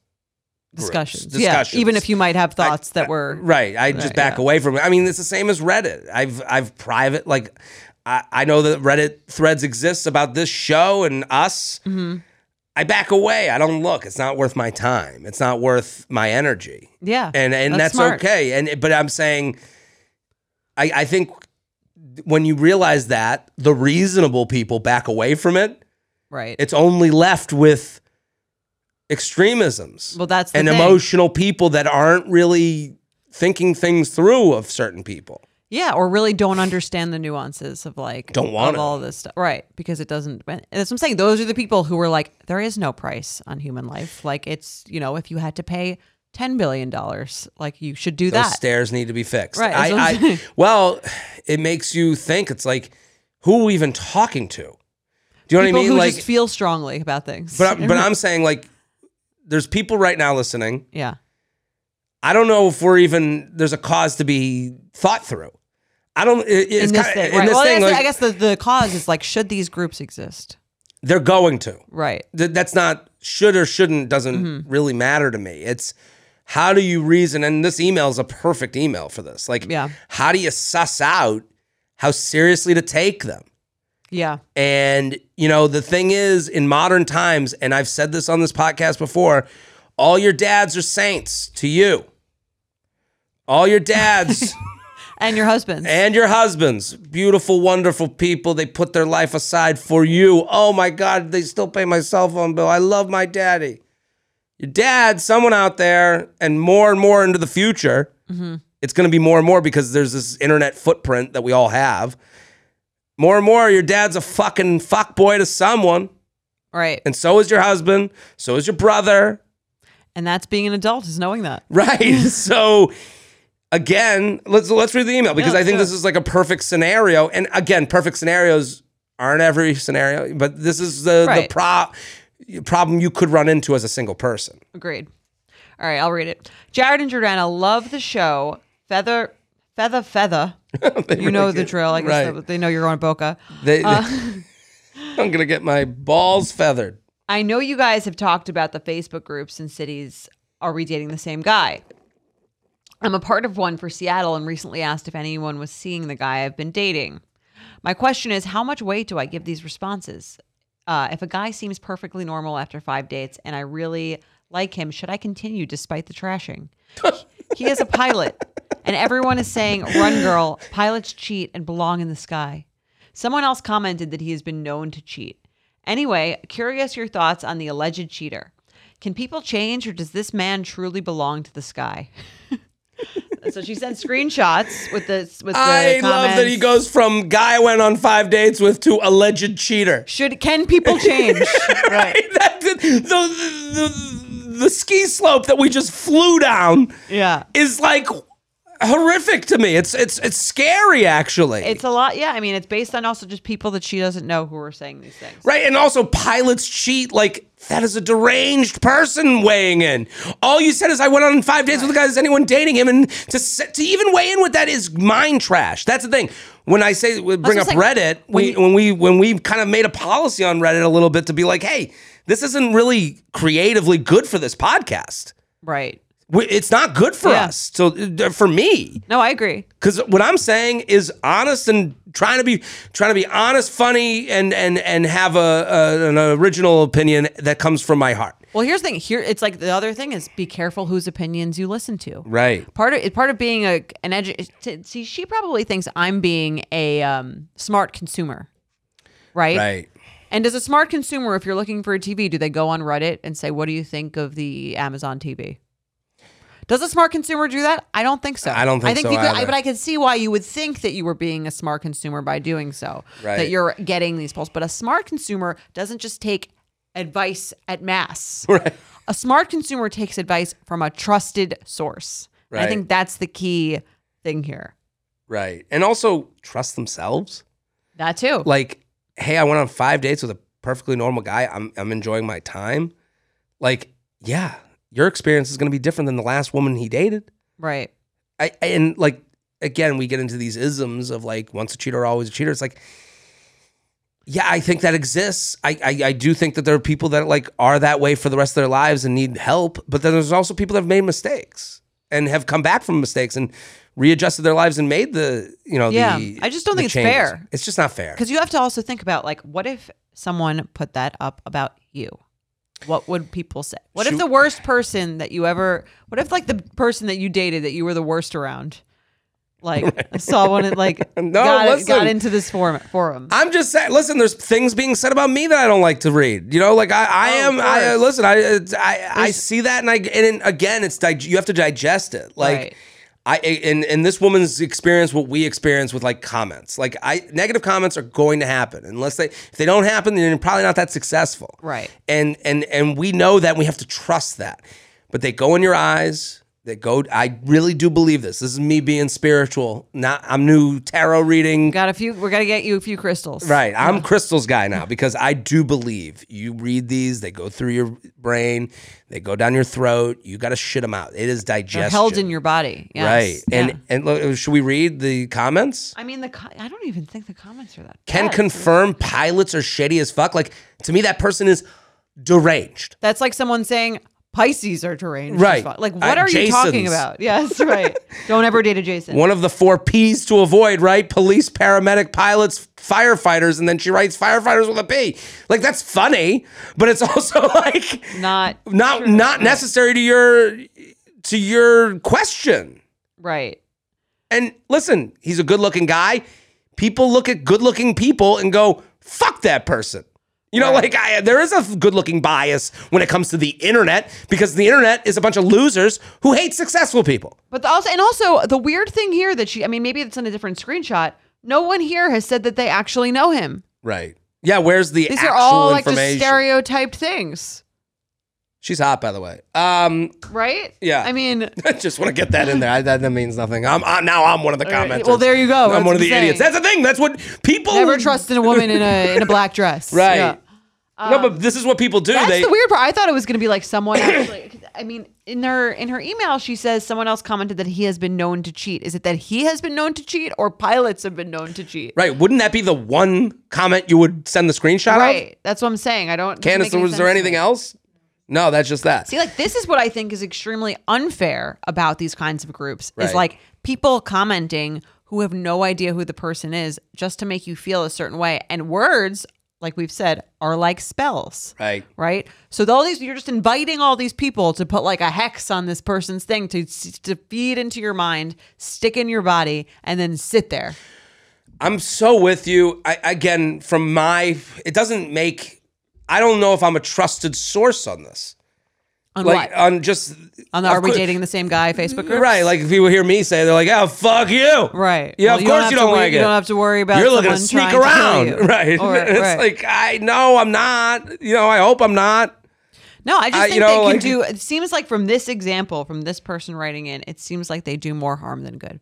S3: Discussions.
S2: discussions.
S3: Yeah. Even if you might have thoughts that were
S2: Right. I just
S3: Right,
S2: back
S3: yeah.
S2: away from it. I mean, it's the same as Reddit. I've I've private like I, I know that Reddit threads exist about this show and us.
S3: Mm-hmm.
S2: I back away. I don't look. It's not worth my time. It's not worth my energy.
S3: Yeah.
S2: And and that's,
S3: That's smart.
S2: okay. And but I'm saying I I think when you realize that the reasonable people back away from it,
S3: right.
S2: it's only left with extremisms
S3: well that's the
S2: and
S3: thing.
S2: emotional people that aren't really thinking things through of certain people.
S3: Yeah, or really don't understand the nuances of like
S2: Don't want
S3: of all this stuff. Right. Because it doesn't and that's what I'm saying. Those are the people who were like, there is no price on human life. Like it's you know, if you had to pay ten billion dollars, like you should do
S2: Those
S3: that.
S2: stairs need to be fixed.
S3: Right, that's what
S2: I,
S3: I'm
S2: I,
S3: saying. *laughs*
S2: well, it makes you think. It's like, who are we even talking to? Do you know
S3: people
S2: what I mean?
S3: who
S2: Like,
S3: just feel strongly about things.
S2: but I'm, but I'm saying like, there's people right now listening.
S3: yeah.
S2: I don't know if we're even there's a cause to be thought through. I don't. It, it's
S3: in this
S2: kinda,
S3: thing,
S2: in
S3: right.
S2: this
S3: well,
S2: thing
S3: that's-
S2: like,
S3: I guess the, the cause is like, should these groups exist?
S2: they're going to.
S3: Right.
S2: Th- that's not should or shouldn't doesn't
S3: Mm-hmm.
S2: really matter to me. It's how do you reason? And this email is a perfect email for this. Like,
S3: Yeah.
S2: how do you suss out how seriously to take them?
S3: Yeah.
S2: And, you know, the thing is, in modern times, and I've said this on this podcast before,
S3: *laughs*
S2: all your dads are saints to you. All your dads
S3: and your husband's.
S2: and your husbands, beautiful, wonderful people. They put their life aside for you. Oh my God, they still pay my cell phone bill. I love my daddy. Your dad, someone out there, and more and more into the future, it's going to be more and more because there's this internet footprint that we all have. More and more, your dad's a fucking fuckboy to someone,
S3: right.
S2: and so is your husband, so is your brother,
S3: And that's being an adult is knowing *laughs* that.
S2: Right. so again, let's let's read the email because I think this is like a perfect scenario. And again, perfect scenarios aren't every scenario, but this is the
S3: Right.
S2: the pro- problem you could run into as a single person.
S3: Agreed. All right, I'll read it. Jared and Jordana love the show. Feather, feather, feather. *laughs* you know the drill. I guess
S2: Right.
S3: they know you're going to Boca.
S2: They,
S3: Uh.
S2: *laughs* I'm gonna get my balls feathered.
S3: I know you guys have talked about the Facebook groups in cities. Are we dating the same guy? I'm a part of one for Seattle and recently asked if anyone was seeing the guy I've been dating. My question is how much weight do I give these responses? Uh, if a guy seems perfectly normal after five dates and I really like him, should I continue despite the trashing? he is a pilot, and everyone is saying, Run, girl, pilots cheat and belong in the sky. Someone else commented that he has been known to cheat. Anyway, curious your thoughts on the alleged cheater. Can people change, or does this man truly belong to the sky? *laughs* so she sent screenshots with the with the
S2: I love that he
S3: comments.
S2: goes from guy I went on five dates with to alleged
S3: *laughs*
S2: cheater.
S3: Should can people change?
S2: *laughs* Right. That's it. The, the, the, the ski slope that we just flew down.
S3: yeah.
S2: is like horrific to me. It's it's it's scary actually.
S3: It's a lot. Yeah, I mean, it's based on also just people that she doesn't know who are saying these things.
S2: right, and also pilots cheat like that is a deranged person weighing in. All you said is I went on five dates with a guy. Is anyone dating him? And to se- to even weigh in with that is mind trash. That's the thing. When I say we bring up
S3: That's what I'm
S2: Reddit, we when we when we kind of made a policy on Reddit a little bit to be like, hey, this isn't really creatively good for this podcast.
S3: Right.
S2: We- It's not good for
S3: Yeah.
S2: us. So uh, for me,
S3: No, I agree.
S2: Because what I'm saying is honest and trying to be trying to be honest, funny, and and and have a, a an original opinion that comes from my heart.
S3: Well, here's the thing. Here, it's like the other thing is be careful whose opinions you listen to.
S2: Right.
S3: Part of part of being a an edu- t- see, she probably thinks I'm being a um, smart consumer, right?
S2: Right.
S3: And as a smart consumer, if you're looking for a TV, do they go on Reddit and say, "What do you think of the Amazon TV?" Does a smart consumer do that? I don't think so.
S2: I don't think
S3: I think
S2: so
S3: you could, I-
S2: either.
S3: but I can see why you would think that you were being a smart consumer by doing so.
S2: Right.
S3: That you're getting these polls, but a smart consumer doesn't just take advice at mass.
S2: Right. *laughs*
S3: A smart consumer takes advice from a trusted source. And
S2: Right.
S3: I think that's the key thing here.
S2: Right. And also trust themselves.
S3: That too.
S2: Like, hey, I went on five dates with a perfectly normal guy. I'm I'm enjoying my time. Like, yeah, your experience is going to be different than the last woman he dated.
S3: right.
S2: I and like again, we get into these isms of like once a cheater, always a cheater. It's like, yeah, I think that exists. I, I I do think that there are people that like are that way for the rest of their lives and need help. But then there's also people that have made mistakes and have come back from mistakes and readjusted their lives and made the you know
S3: Yeah,
S2: the-
S3: I just don't
S2: the
S3: think it's
S2: changes.
S3: fair.
S2: It's just not fair.
S3: Because you have to also think about like, what if someone put that up about you? What would people say? What if
S2: Shoot.
S3: the worst person that you ever? What if like the person that you dated that you were the worst around?
S2: *laughs*
S3: Like saw one that, like
S2: No,
S3: got, got
S2: listen.
S3: into this forum forum.
S2: I'm just saying. Listen, there's things being said about me that I don't like to read. You know, like I, I
S3: Oh,
S2: am.
S3: of
S2: I
S3: course.
S2: listen. I, it's- I, I see that, and I, and then again, it's dig- you have to digest it. Like,
S3: Right.
S2: I, and and this woman's experience, what we experience with like comments, like I, negative comments are going to happen unless they, if they don't happen, then you're probably not that successful.
S3: Right.
S2: And and and we know that. And we have to trust that. But they go in your eyes. They go. I really do believe this. This is me being spiritual. Not I'm new tarot reading.
S3: got a few. We're gonna get you a few crystals.
S2: Right. I'm Crystal's guy now because I do believe you read these, they go through your brain, they go down your throat. You got to shit them out. It is digestion.
S3: They're held in your body. Yes.
S2: Right. And
S3: Yeah.
S2: and look, uh, should we read the comments?
S3: I mean the. co- I don't even think the comments are that.
S2: Can
S3: bad.
S2: confirm pilots are shitty as fuck. Like to me that person is deranged.
S3: That's like someone saying Pisces are deranged. as
S2: Right.
S3: fuck." Like
S2: Uh,
S3: what are you talking
S2: Jasons.
S3: about? *laughs* Yes. Right. don't ever date a Jason.
S2: One of the four P's to avoid, right? Police, paramedic, pilots, firefighters, and then she writes firefighters with a P. Like that's funny, but it's *laughs* also like
S3: Not
S2: not not necessary to your to your question.
S3: Right.
S2: And listen, he's a good looking guy. People look at good looking people and go, fuck that person. You know, like I, there is a good looking bias when it comes to the internet because the internet is a bunch of losers who hate successful people.
S3: But the- also, and also the weird thing here that she, I mean, maybe it's in a different screenshot. No one here has said that they actually know him.
S2: Right. Yeah, where's the
S3: These
S2: actual
S3: are all like just
S2: information?
S3: stereotyped things,
S2: She's hot, by the way. Um, *laughs*
S3: right?
S2: Yeah.
S3: I mean,
S2: just want to get that in there. I, that, that means nothing. I'm, I, now I'm one of the commenters.
S3: well, there you go.
S2: I'm
S3: That's
S2: one of
S3: what
S2: the
S3: I'm
S2: idiots.
S3: saying.
S2: That's the thing. That's what people
S3: never trusted a woman in a in a black
S2: *laughs*
S3: dress.
S2: Right.
S3: Yeah. Um,
S2: no, but this is what people do.
S3: That's
S2: they
S3: the weird part. I thought it was going to be like
S2: *coughs*
S3: someone actually. 'cause, I mean, in her in her email, she says someone else commented that he has been known to cheat. Is it that he has been known to cheat, or pilots have been known to cheat?
S2: right. Wouldn't that be the one comment you would send the screenshot of?
S3: Right. That's what I'm saying. I don't. doesn't
S2: Candace,
S3: make any
S2: was there
S3: sense to
S2: anything
S3: me.
S2: else? No, that's just that.
S3: See, like this is what I think is extremely unfair about these kinds of groups
S2: Right.
S3: is like people commenting who have no idea who the person is just to make you feel a certain way. And words, like we've said, are like spells.
S2: Right.
S3: Right. So all these, you're just inviting all these people to put like a hex on this person's thing to s- to feed into your mind, stick in your body, and then sit there.
S2: I'm so with you. I, again, from my, it doesn't make. I don't know if I'm a trusted source on this.
S3: On
S2: Like
S3: what?
S2: on just
S3: on the
S2: of
S3: are we
S2: course-
S3: dating the same guy Facebook
S2: *laughs*
S3: group?
S2: Right. Like if people hear me say, they're like, "Oh, fuck you."
S3: Right.
S2: Yeah.
S3: Well,
S2: of
S3: you don't
S2: course
S3: have
S2: you
S3: to
S2: don't
S3: wor-
S2: like
S3: you
S2: it.
S3: don't have to worry about
S2: You're looking to
S3: someone
S2: sneak
S3: trying
S2: around,
S3: to kill you.
S2: *laughs* right?
S3: Or-
S2: it's
S3: right.
S2: like I know I'm not. You know, I hope I'm not.
S3: No, I just
S2: Uh,
S3: think
S2: you know,
S3: they can
S2: like-
S3: do. It seems like from this example, from this person writing in, it seems like they do more harm than good.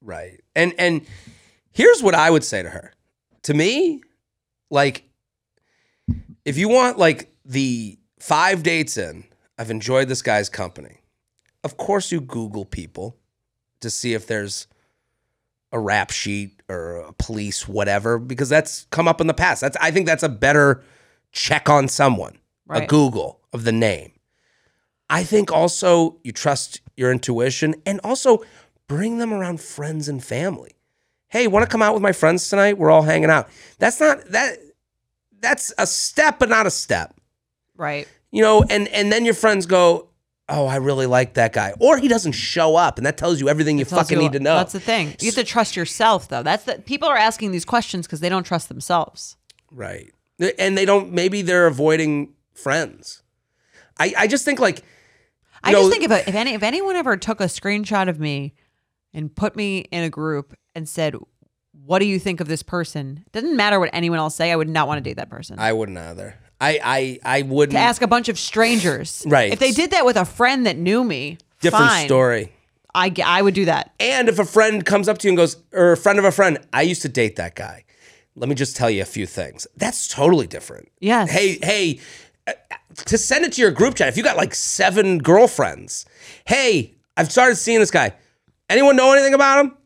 S2: Right. And and here's what I would say to her. To me, like if you want like the five dates in, I've enjoyed this guy's company. Of course you Google people to see if there's a rap sheet or a police whatever because that's come up in the past. That's I think that's a better check on someone. A
S3: Right.
S2: Google of the name. I think also you trust your intuition and also bring them around friends and family. Hey, want to come out with my friends tonight? We're all hanging out. That's not that that's a step but not a step.
S3: Right.
S2: You know, and and then your friends go, "Oh, I really like that guy." Or he doesn't show up and that tells you everything you
S3: Tells
S2: fucking
S3: you-
S2: need to know.
S3: That's the thing. You have to trust yourself, though. That's the people are asking these questions because they don't trust themselves.
S2: Right. And they don't maybe they're avoiding friends. I I just think like
S3: I
S2: No.
S3: just think if a, if any if anyone ever took a screenshot of me and put me in a group and said, "What do you think of this person?" Doesn't matter what anyone else say. I would not want to date that person.
S2: I wouldn't either. I I I wouldn't
S3: to ask a bunch of strangers,
S2: Right.
S3: If they did that with a friend that knew me,
S2: different
S3: fine.
S2: story.
S3: I g- I would do that.
S2: And if a friend comes up to you and goes, or a friend of a friend, I used to date that guy. Let me just tell you a few things. That's totally different.
S3: Yes.
S2: Hey, hey, uh, to send it to your group chat, if you got like seven girlfriends, hey, I've started seeing this guy. Anyone know anything about him?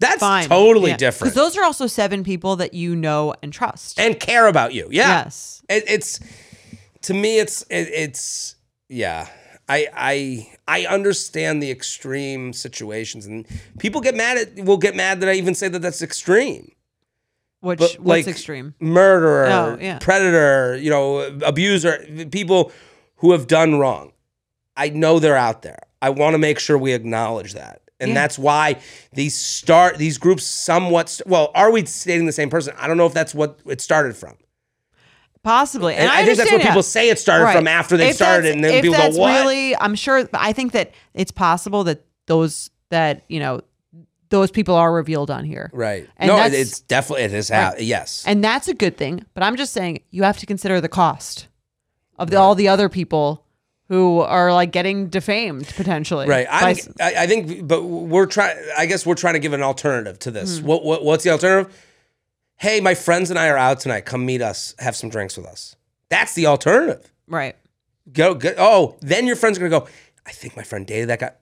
S2: That's
S3: fine.
S2: totally different.
S3: Because those are also seven people that you know and trust.
S2: and care about you. Yeah.
S3: Yes.
S2: It, it's to me, it's it, it's yeah. I I I understand the extreme situations, and people get mad at will get mad that I even say that that's extreme.
S3: Which
S2: But like
S3: what's extreme?
S2: murderer,
S3: Oh, yeah.
S2: predator, you know, abuser, people who have done wrong. I know they're out there. I want to make sure we acknowledge that. And that's why these start these groups somewhat st- well, are we stating the same person? I don't know if that's what it started from.
S3: Possibly. And,
S2: And I, think that's what
S3: understand
S2: people
S3: that.
S2: say it started
S3: Right.
S2: from after they
S3: If
S2: started,
S3: that's-
S2: and then
S3: if
S2: people
S3: that's
S2: go, "What?"
S3: Really, I'm sure. I think that it's possible that those that you know those people are revealed on here.
S2: right?
S3: And
S2: no,
S3: that's-
S2: it's definitely it is how. Yes,
S3: And that's a good thing. But I'm just saying you have to consider the cost of the, all the other people who are like getting defamed potentially.
S2: right.
S3: by
S2: I'm,
S3: s-
S2: I, I think, but we're trying. I guess we're trying to give an alternative to this.
S3: Hmm.
S2: What, what what's the alternative? Hey, my friends and I are out tonight. Come meet us. Have some drinks with us. That's the alternative.
S3: right.
S2: Go, go. Oh, then your friend's gonna go. I think my friend dated that guy.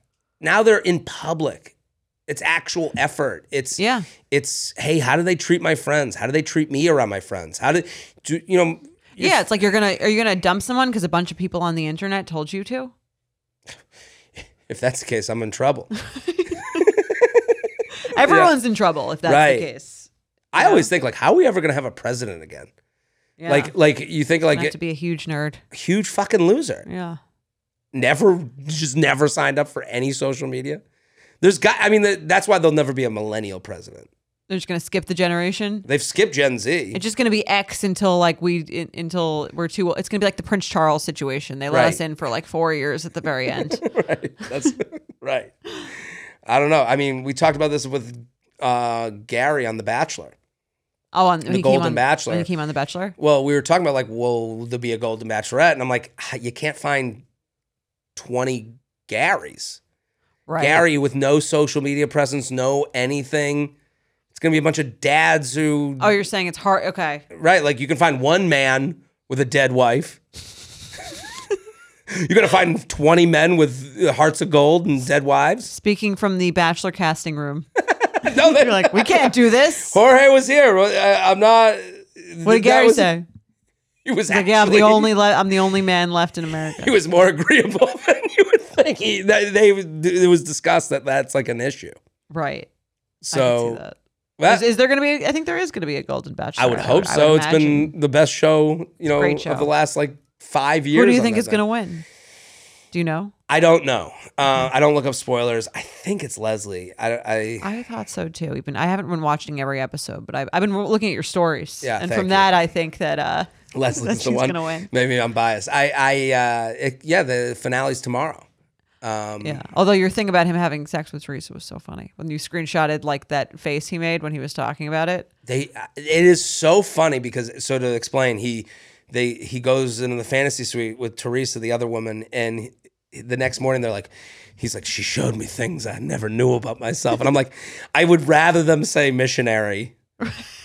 S2: Now they're in public. It's actual effort. It's
S3: Yeah.
S2: It's hey, how do they treat my friends? How do they treat me around my friends? How do, do you know? your
S3: Yeah, it's like you're gonna are you gonna dump someone because a bunch of people on the internet told you to?
S2: If that's the case, I'm in
S3: *laughs*
S2: trouble.
S3: Everyone's in trouble if that's
S2: Right.
S3: the case.
S2: I always think like, how are we ever gonna have a president again?
S3: Yeah.
S2: Like, like you think
S3: I
S2: like
S3: have to be a huge nerd.
S2: a huge fucking loser,
S3: Yeah.
S2: never just never signed up for any social media. There's got. I mean, th- that's why there'll never be a millennial president.
S3: They're just gonna skip the generation.
S2: They've skipped Gen Z.
S3: It's just gonna be X until like we in, until we're too. It's gonna be like the Prince Charles situation. They let
S2: Right.
S3: us in for like four years at the very end. *laughs*
S2: *laughs* right. That's right. I don't know. I mean, we talked about this with uh, Gary on The Bachelor.
S3: oh, on when he came
S2: Golden
S3: on-
S2: Bachelor.
S3: When he came on the Bachelor.
S2: Well, we were talking about like, will there be a Golden Bachelorette? And I'm like, "Ah, you can't find 20 Garys.
S3: Right.
S2: Gary with no social media presence, no anything. It's gonna be a bunch of dads who,
S3: Oh, you're saying it's hard. Okay.
S2: right? Like you can find one man with a dead wife. *laughs* You're gonna find 20 men with uh, hearts of gold and dead wives.
S3: Speaking from the Bachelor casting room,
S2: No, they
S3: you're like, we can't
S2: *laughs*
S3: do this.
S2: Jorge was here. I, am not.
S3: What did Gary say?
S2: He was
S3: Like, yeah, I'm the
S2: actually-
S3: only le- I'm the only man left
S2: *laughs*
S3: in America.
S2: he was more agreeable than you would think. He, they, they, it was discussed that that's like an issue.
S3: Right. I can see
S2: So
S3: that.
S2: that-
S3: Is, is there going to be? I think there is going to be a Golden Bachelor.
S2: I would hope
S3: I
S2: so.
S3: would
S2: it's
S3: imagine.
S2: been the best show you know
S3: Great
S2: of
S3: show.
S2: the last like five years.
S3: Who do you
S2: on
S3: think
S2: that
S3: is
S2: thing.
S3: going to win? Do you know?
S2: I don't know. Uh, I don't look up spoilers. I think it's Leslie. I, I
S3: Mm-hmm. I thought so too. Even I haven't been watching every episode, but I've, I've been looking at your stories.
S2: Yeah,
S3: and
S2: thank
S3: from
S2: you.
S3: that, I think that uh,
S2: Leslie's the
S3: she's
S2: one.
S3: gonna win.
S2: Maybe I'm biased. I I uh, it, yeah. The finale's tomorrow. Um,
S3: yeah. Although your thing about him having sex with Teresa was so funny when you screenshotted like that face he made when he was talking about it.
S2: they it is so funny because so to explain he they he goes into the fantasy suite with Teresa the other woman and he- the next morning they're like he's like she showed me things I never knew about myself and I'm like I would rather them say
S3: *laughs*
S2: missionary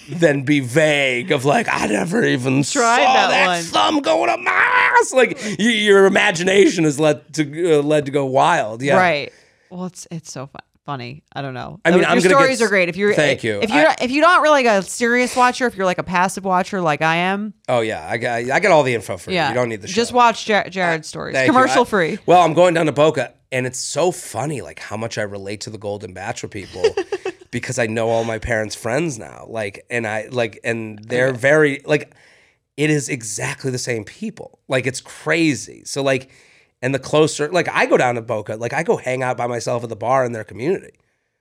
S2: than be vague of like I never even
S3: Tried
S2: saw that,
S3: that one."
S2: thumb going up my ass like you, your imagination is led to uh, led to go wild yeah
S3: Right. Well, it's it's so fu- funny. I don't know.
S2: I mean,
S3: your
S2: I'm gonna get
S3: stories
S2: s-
S3: are great. If you're
S2: Thank you.
S3: If you're not- if you're not really like a serious watcher, if you're like a passive watcher like I am,
S2: oh yeah I got I got all the info for
S3: yeah,
S2: you you don't need the show.
S3: Just watch Jar- Jared's stories,
S2: Thank you.
S3: commercial
S2: I-
S3: free.
S2: Well, I'm going down to Boca, and it's so funny, like how much I relate to the Golden Bachelor
S3: *laughs*
S2: people because I know all my parents' friends now. Like, and I like, and they're very like, it is exactly the same people. Like, it's crazy. So like, and the closer, like, I go down to Boca, like I go hang out by myself at the bar in their community. Like,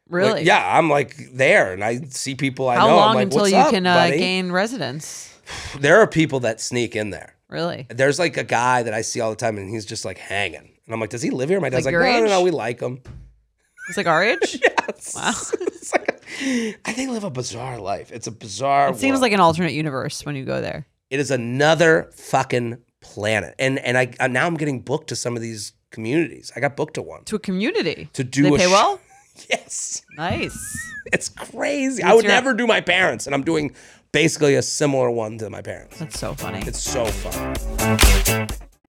S3: Really?
S2: yeah, I'm like there, and I see people I
S3: How
S2: know. I'm
S3: long
S2: like,
S3: until
S2: "What's
S3: you
S2: up,
S3: can uh,
S2: buddy?"
S3: gain residence?
S2: There are people that sneak in there
S3: Really?
S2: there's like a guy that I see all the time, and he's just like hanging. And I'm like, does he live here? My dad's like,
S3: Like your
S2: no, no, no,
S3: age?
S2: we like him. *laughs*
S3: It's like our age. Wow.
S2: It's like, I think live a bizarre life. It's a bizarre.
S3: It seems like an alternate universe when you go there.
S2: it is another fucking planet. And and I and now I'm getting booked to some of these communities. I got booked to one *laughs*
S3: To a community.
S2: to do.
S3: they
S2: a
S3: pay
S2: sh-
S3: well?
S2: Yes,
S3: Nice.
S2: it's crazy. I would
S3: your-
S2: never do my parents, and I'm doing basically a similar one to my parents.
S3: That's so funny.
S2: It's so fun.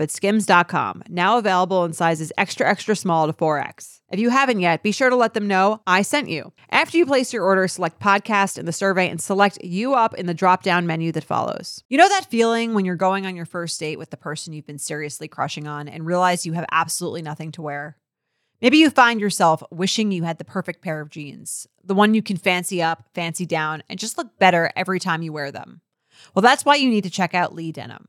S3: at skims.com, now available in sizes extra extra small to 4X. If you haven't yet, be sure to let them know I sent you. After you place your order, select podcast in the survey and select you up in the drop down menu that follows. You know that feeling when you're going on your first date with the person you've been seriously crushing on and realize you have absolutely nothing to wear? Maybe you find yourself wishing you had the perfect pair of jeans, the one you can fancy up, fancy down, and just look better every time you wear them. Well, that's why you need to check out Lee Denim.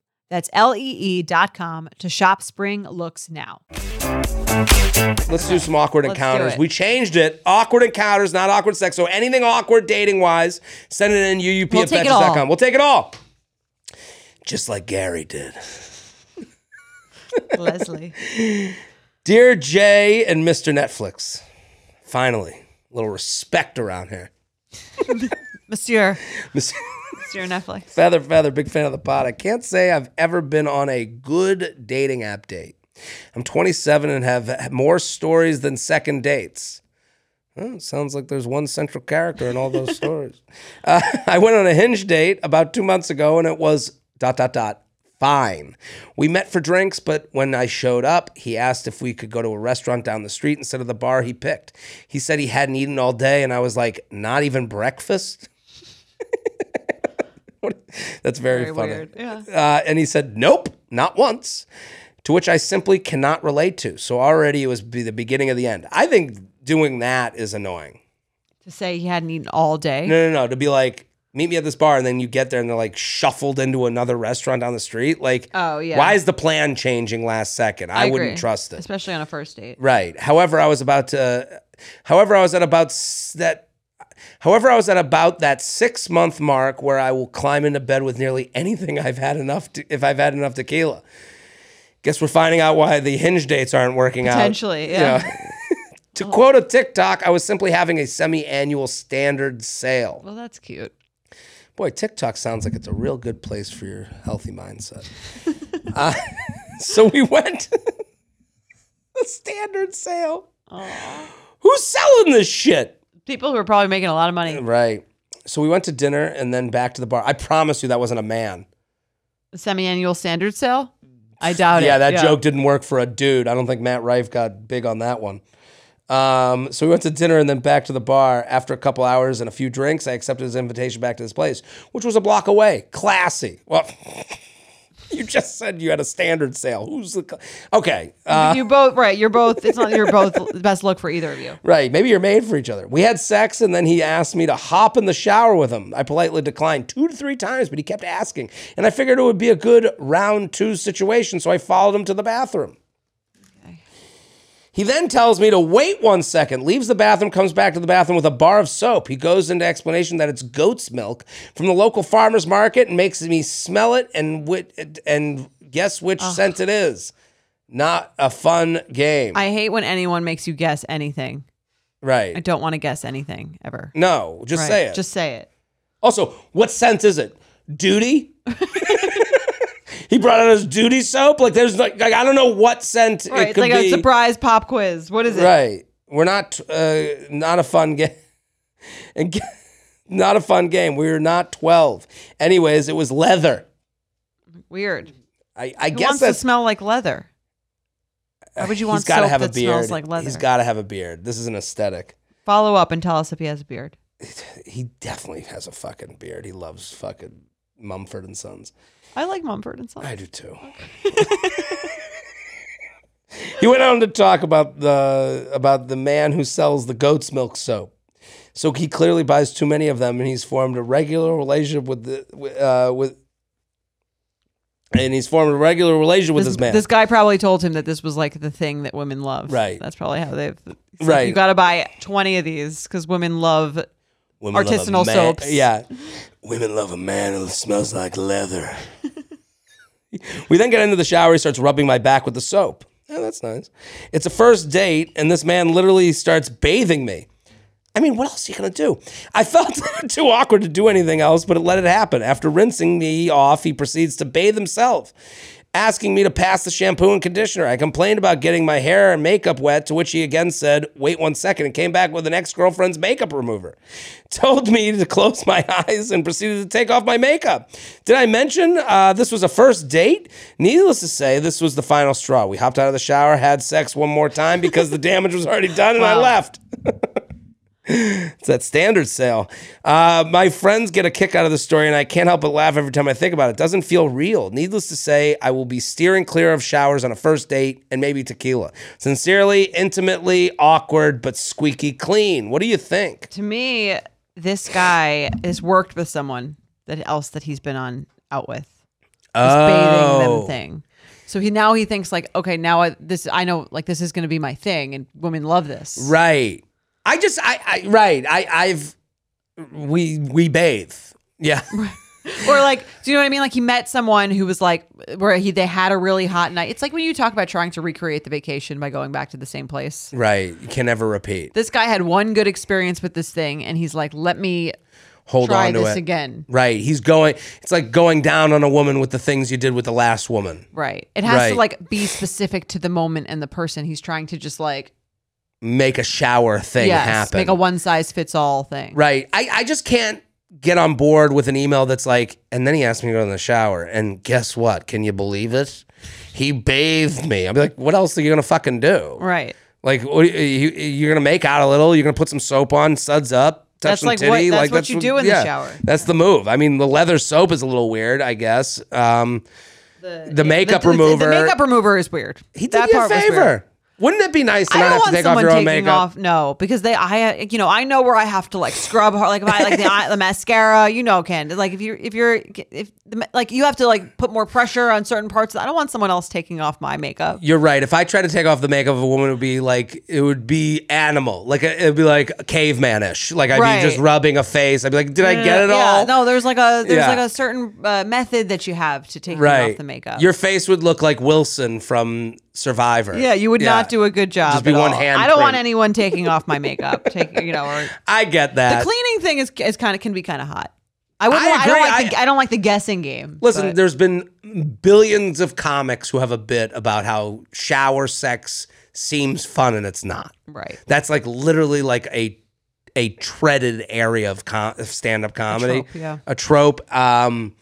S3: That's E lee.com to shop spring looks now.
S2: Let's do some awkward
S3: Let's do
S2: encounters.
S3: it.
S2: We changed it. Awkward encounters, not awkward sex. So anything awkward dating wise, send it in UUP
S3: We'll
S2: at
S3: take it
S2: Betches.com.
S3: all.
S2: We'll take it all. Just like Gary did. *laughs*
S3: Leslie.
S2: Dear Jay and Mr. Netflix, finally, a little respect around here.
S3: Monsieur.
S2: Miss- *laughs*
S3: Monsieur Netflix.
S2: Feather, feather, big fan of the pod. I can't say I've ever been on a good dating app date. I'm 27 and have more stories than second dates. Well, it sounds like there's one central character in all those stories. Uh, *laughs* I went on a hinge date about two months ago and it was dot, dot, dot. Fine. We met for drinks, but when I showed up, he asked if we could go to a restaurant down the street instead of the bar he picked. He said he hadn't eaten all day, and I was like, not even breakfast? *laughs* What- That's very,
S3: Very
S2: funny.
S3: weird. Yeah.
S2: Uh, and he said, Nope, not once. To which I simply cannot relate to. So already it was be the beginning of the end. I think doing that is annoying.
S3: To say he hadn't eaten all day.
S2: No, no, no. To be like, meet me at this bar, and then you get there and they're like shuffled into another restaurant down the street. Like,
S3: Oh, yeah.
S2: why is the plan changing last second? I, wouldn't
S3: agree.
S2: trust it.
S3: Especially on a first date.
S2: Right. However, I was about to. However, I was at about s- that. However, I was at about that six month mark where I will climb into bed with nearly anything I've had enough to, if I've had enough tequila. Guess we're finding out why the hinge dates aren't working out.
S3: Potentially. Yeah.
S2: *laughs*
S3: Oh.
S2: To quote a TikTok, I was simply having a semi annual standard sale.
S3: Well, that's cute.
S2: Boy, TikTok sounds like it's a real good place for your healthy mindset. Uh, *laughs* so we went *laughs* the standard sale. Who's selling this shit?
S3: People who are probably making a lot of money.
S2: Right. So we went to dinner and then back to the bar. I promise you that wasn't a man.
S3: Semi annual standard sale? I doubt it.
S2: yeah, that joke didn't work for a dude. I don't think Matt Rife got big on that one. Um, so we went to dinner and then back to the bar. After a couple hours and a few drinks, I accepted his invitation back to his place, which was a block away. Classy. Well, *laughs* you just said you had a standard sale. Who's the. Cl- okay. Uh,
S3: you both right. You're both. It's not. You're both *laughs* the best look for either of you.
S2: right. Maybe you're made for each other. We had sex and then he asked me to hop in the shower with him. I politely declined two to three times, but he kept asking. And I figured it would be a good round two situation, so I followed him to the bathroom. He then tells me to wait one second, leaves the bathroom, comes back to the bathroom with a bar of soap. He goes into explanation that it's goat's milk from the local farmer's market and makes me smell it and wit- and guess which scent it is. Not a fun game.
S3: I hate when anyone makes you guess anything.
S2: right.
S3: I don't want to guess anything ever.
S2: no, just
S3: Right.
S2: say it.
S3: Just say it.
S2: Also, what scent is it? Duty? *laughs* he brought out his duty soap. Like there's like, like I don't know what scent
S3: Right.
S2: it
S3: It's
S2: could
S3: like
S2: be.
S3: a surprise pop quiz. What is it?
S2: Right. We're not uh, not a fun game. *laughs* And g- not a fun game. We were not 12. Anyways, it was leather.
S3: Weird.
S2: I, I
S3: Who
S2: guess
S3: wants to
S2: that's
S3: smell like leather? Why would you want
S2: he's got to
S3: soap
S2: have a
S3: that smells
S2: beard.
S3: like leather?
S2: He's got to have a beard. This is an aesthetic.
S3: Follow up and tell us if he has a beard.
S2: He definitely has a fucking beard. He loves fucking Mumford and Sons.
S3: I like Mumford and Sons.
S2: I do too. *laughs* he went on to talk about the about the man who sells the goat's milk soap. So he clearly buys too many of them, and he's formed a regular relationship with the with, uh, with and he's formed a regular relationship with this, man.
S3: This guy probably told him that this was like the thing that women love.
S2: Right.
S3: That's probably how they've. He's like,
S2: Right.
S3: You got to buy 20 of these because women love.
S2: Women love a
S3: artisanal
S2: man-
S3: soaps.
S2: Yeah, women love a man who smells like leather. *laughs* we then get into the shower. He starts rubbing my back with the soap. Oh, that's nice. It's a first date, and this man literally starts bathing me. I mean, what else are you gonna do? I felt *laughs* too awkward to do anything else, but let it happen. After rinsing me off, he proceeds to bathe himself. asking me to pass the shampoo and conditioner. I complained about getting my hair and makeup wet, to which he again said, Wait one second, and came back with an ex girlfriend's makeup remover. *laughs* Told me to close my *laughs* eyes and proceeded to take off my makeup. Did I mention uh, this was a first date? Needless to say, this was the final straw. We hopped out of the shower, had sex one more time because the damage was already done, and I left. It's that standard sale. Uh, my friends get a kick out of the story, and I can't help but laugh every time I think about it. It doesn't feel real. Needless to say, I will be steering clear of showers on a first date and maybe tequila. Sincerely, intimately, awkward, but squeaky clean. What do you think?
S3: To me, this guy has worked with someone that else that he's been on out with. This bathing
S2: Oh.
S3: them thing. So he now he thinks like, okay, now I, this I know like this is going to be my thing, and women love this.
S2: Right. I just I, I right. I I've we we bathe.
S3: *laughs*
S2: Yeah.
S3: or like do you know what i mean like he met someone who was like where he they had a really hot night it's like when you talk about trying to recreate the vacation by going back to the same place
S2: Right. You can never repeat.
S3: this guy had one good experience with this thing and he's like let me
S2: Hold
S3: try
S2: on to
S3: this
S2: it.
S3: again
S2: Right. He's going it's like going down on a woman with the things you did with the last woman.
S3: right it has
S2: Right.
S3: to like be specific to the moment and the person he's trying to just like
S2: make a shower thing
S3: yes,
S2: happen.
S3: make a one size fits all thing
S2: right. I, I just can't get on board with an email that's like, and then he asked me to go in the shower. And guess what? Can you believe it? He bathed me. I'm like, what else are you going to fucking do?
S3: right
S2: Like, what, you, you're going to make out a little. You're going to put some soap on, suds up. Touch
S3: That's
S2: some
S3: like
S2: titty.
S3: what- that's what you do in the shower.
S2: That's the move. I mean, the leather soap is a little weird, I guess. Um, the, makeup
S3: The- the-
S2: remover.
S3: the, makeup remover is weird
S2: he did you a favor. Wouldn't it be nice to
S3: I
S2: not
S3: don't
S2: have to
S3: want
S2: take off
S3: someone
S2: your own
S3: taking
S2: makeup?
S3: off. No, because they, I, you know, I know where I have to like scrub hard, like if I like the, eye- the mascara, you know, Ken. Like if you're, if you're, if the, ma- like you have to like put more pressure on certain parts. I don't want someone else taking off my makeup.
S2: You're right. If I tried to take off the makeup of a woman, it would be like it would be animal. Like it would be like cavemanish. Like I'd
S3: Right.
S2: be just rubbing a face. I'd be like, did I get it
S3: yeah,
S2: all?
S3: no, there's like a there's
S2: Yeah.
S3: like a certain uh, method that you have to taking
S2: right.
S3: off the makeup.
S2: Your face would look like Wilson from Survivor.
S3: yeah, you would not do a good job.
S2: Just be
S3: at
S2: one
S3: all.
S2: hand
S3: I don't want
S2: print.
S3: anyone taking
S2: *laughs*
S3: off my makeup. Taking, you know, or,
S2: I get
S3: the
S2: that.
S3: cleaning thing is is kind of can be kind of hot. I would.
S2: I
S3: I, don't
S2: agree.
S3: like. the, I don't like the guessing game.
S2: Listen,
S3: but-
S2: there's been billions of comics who have a bit about how shower sex seems fun and it's not.
S3: right.
S2: That's like literally like a a treaded area of, com- of stand up comedy,
S3: trope, yeah.
S2: a trope. Um,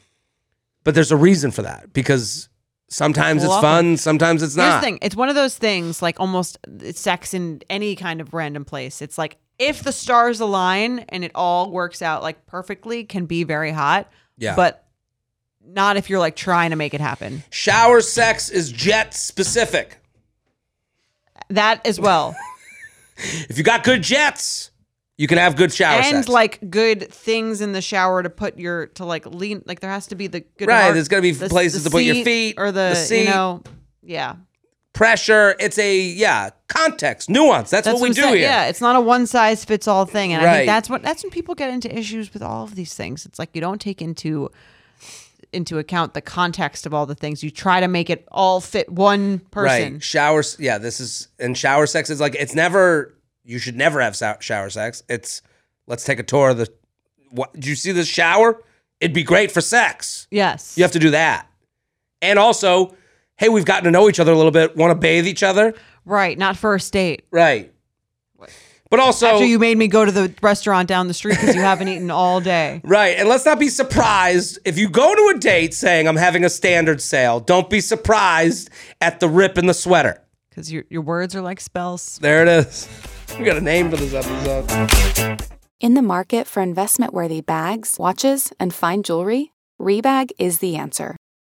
S2: but there's a reason for that because sometimes
S3: Well,
S2: it's
S3: often-
S2: fun, sometimes it's
S3: Here's the
S2: not.
S3: thing. It's one of those things like almost sex in any kind of random place. It's like if the stars align and it all works out like perfectly, can be very hot.
S2: Yeah.
S3: But not if you're like trying to make it happen.
S2: Shower sex is jet specific.
S3: That
S2: *laughs*
S3: as well.
S2: If you got good jets, you can have good shower
S3: and
S2: sex.
S3: like good things in the shower to put your to like lean like there has to be the good
S2: Right,
S3: mark-
S2: there's gotta be
S3: the-
S2: places
S3: the
S2: to put your
S3: seat
S2: feet,
S3: or
S2: the
S3: the,
S2: seat.
S3: you know yeah.
S2: Pressure, it's a yeah, context, nuance. That's, what we
S3: I'm
S2: do
S3: saying.
S2: here.
S3: Yeah, it's not a one size fits all thing, and I
S2: Right.
S3: think that's what that's when people get into issues with all of these things. It's like you don't take into into account the context of all the things. You try to make it all fit one person.
S2: Right. Shower s- yeah, this is and shower sex is like it's never you should never have sou- shower sex. It's let's take a tour of the what did you see this shower? It'd be great for sex.
S3: Yes.
S2: You have to do that. And also, hey, we've gotten to know each other a little bit, want to bathe each other.
S3: Right. Not first date.
S2: Right. But also
S3: So you made me go to the restaurant down the street because you haven't eaten all day.
S2: Right, and let's not be surprised if you go to a date saying I'm having a standard sale. Don't be surprised at the rip in the sweater.
S3: Because your your words are like spells.
S2: There it is. *laughs* We got a name for this episode.
S5: In the market for investment worthy bags, watches, and fine jewelry, Rebag is the answer.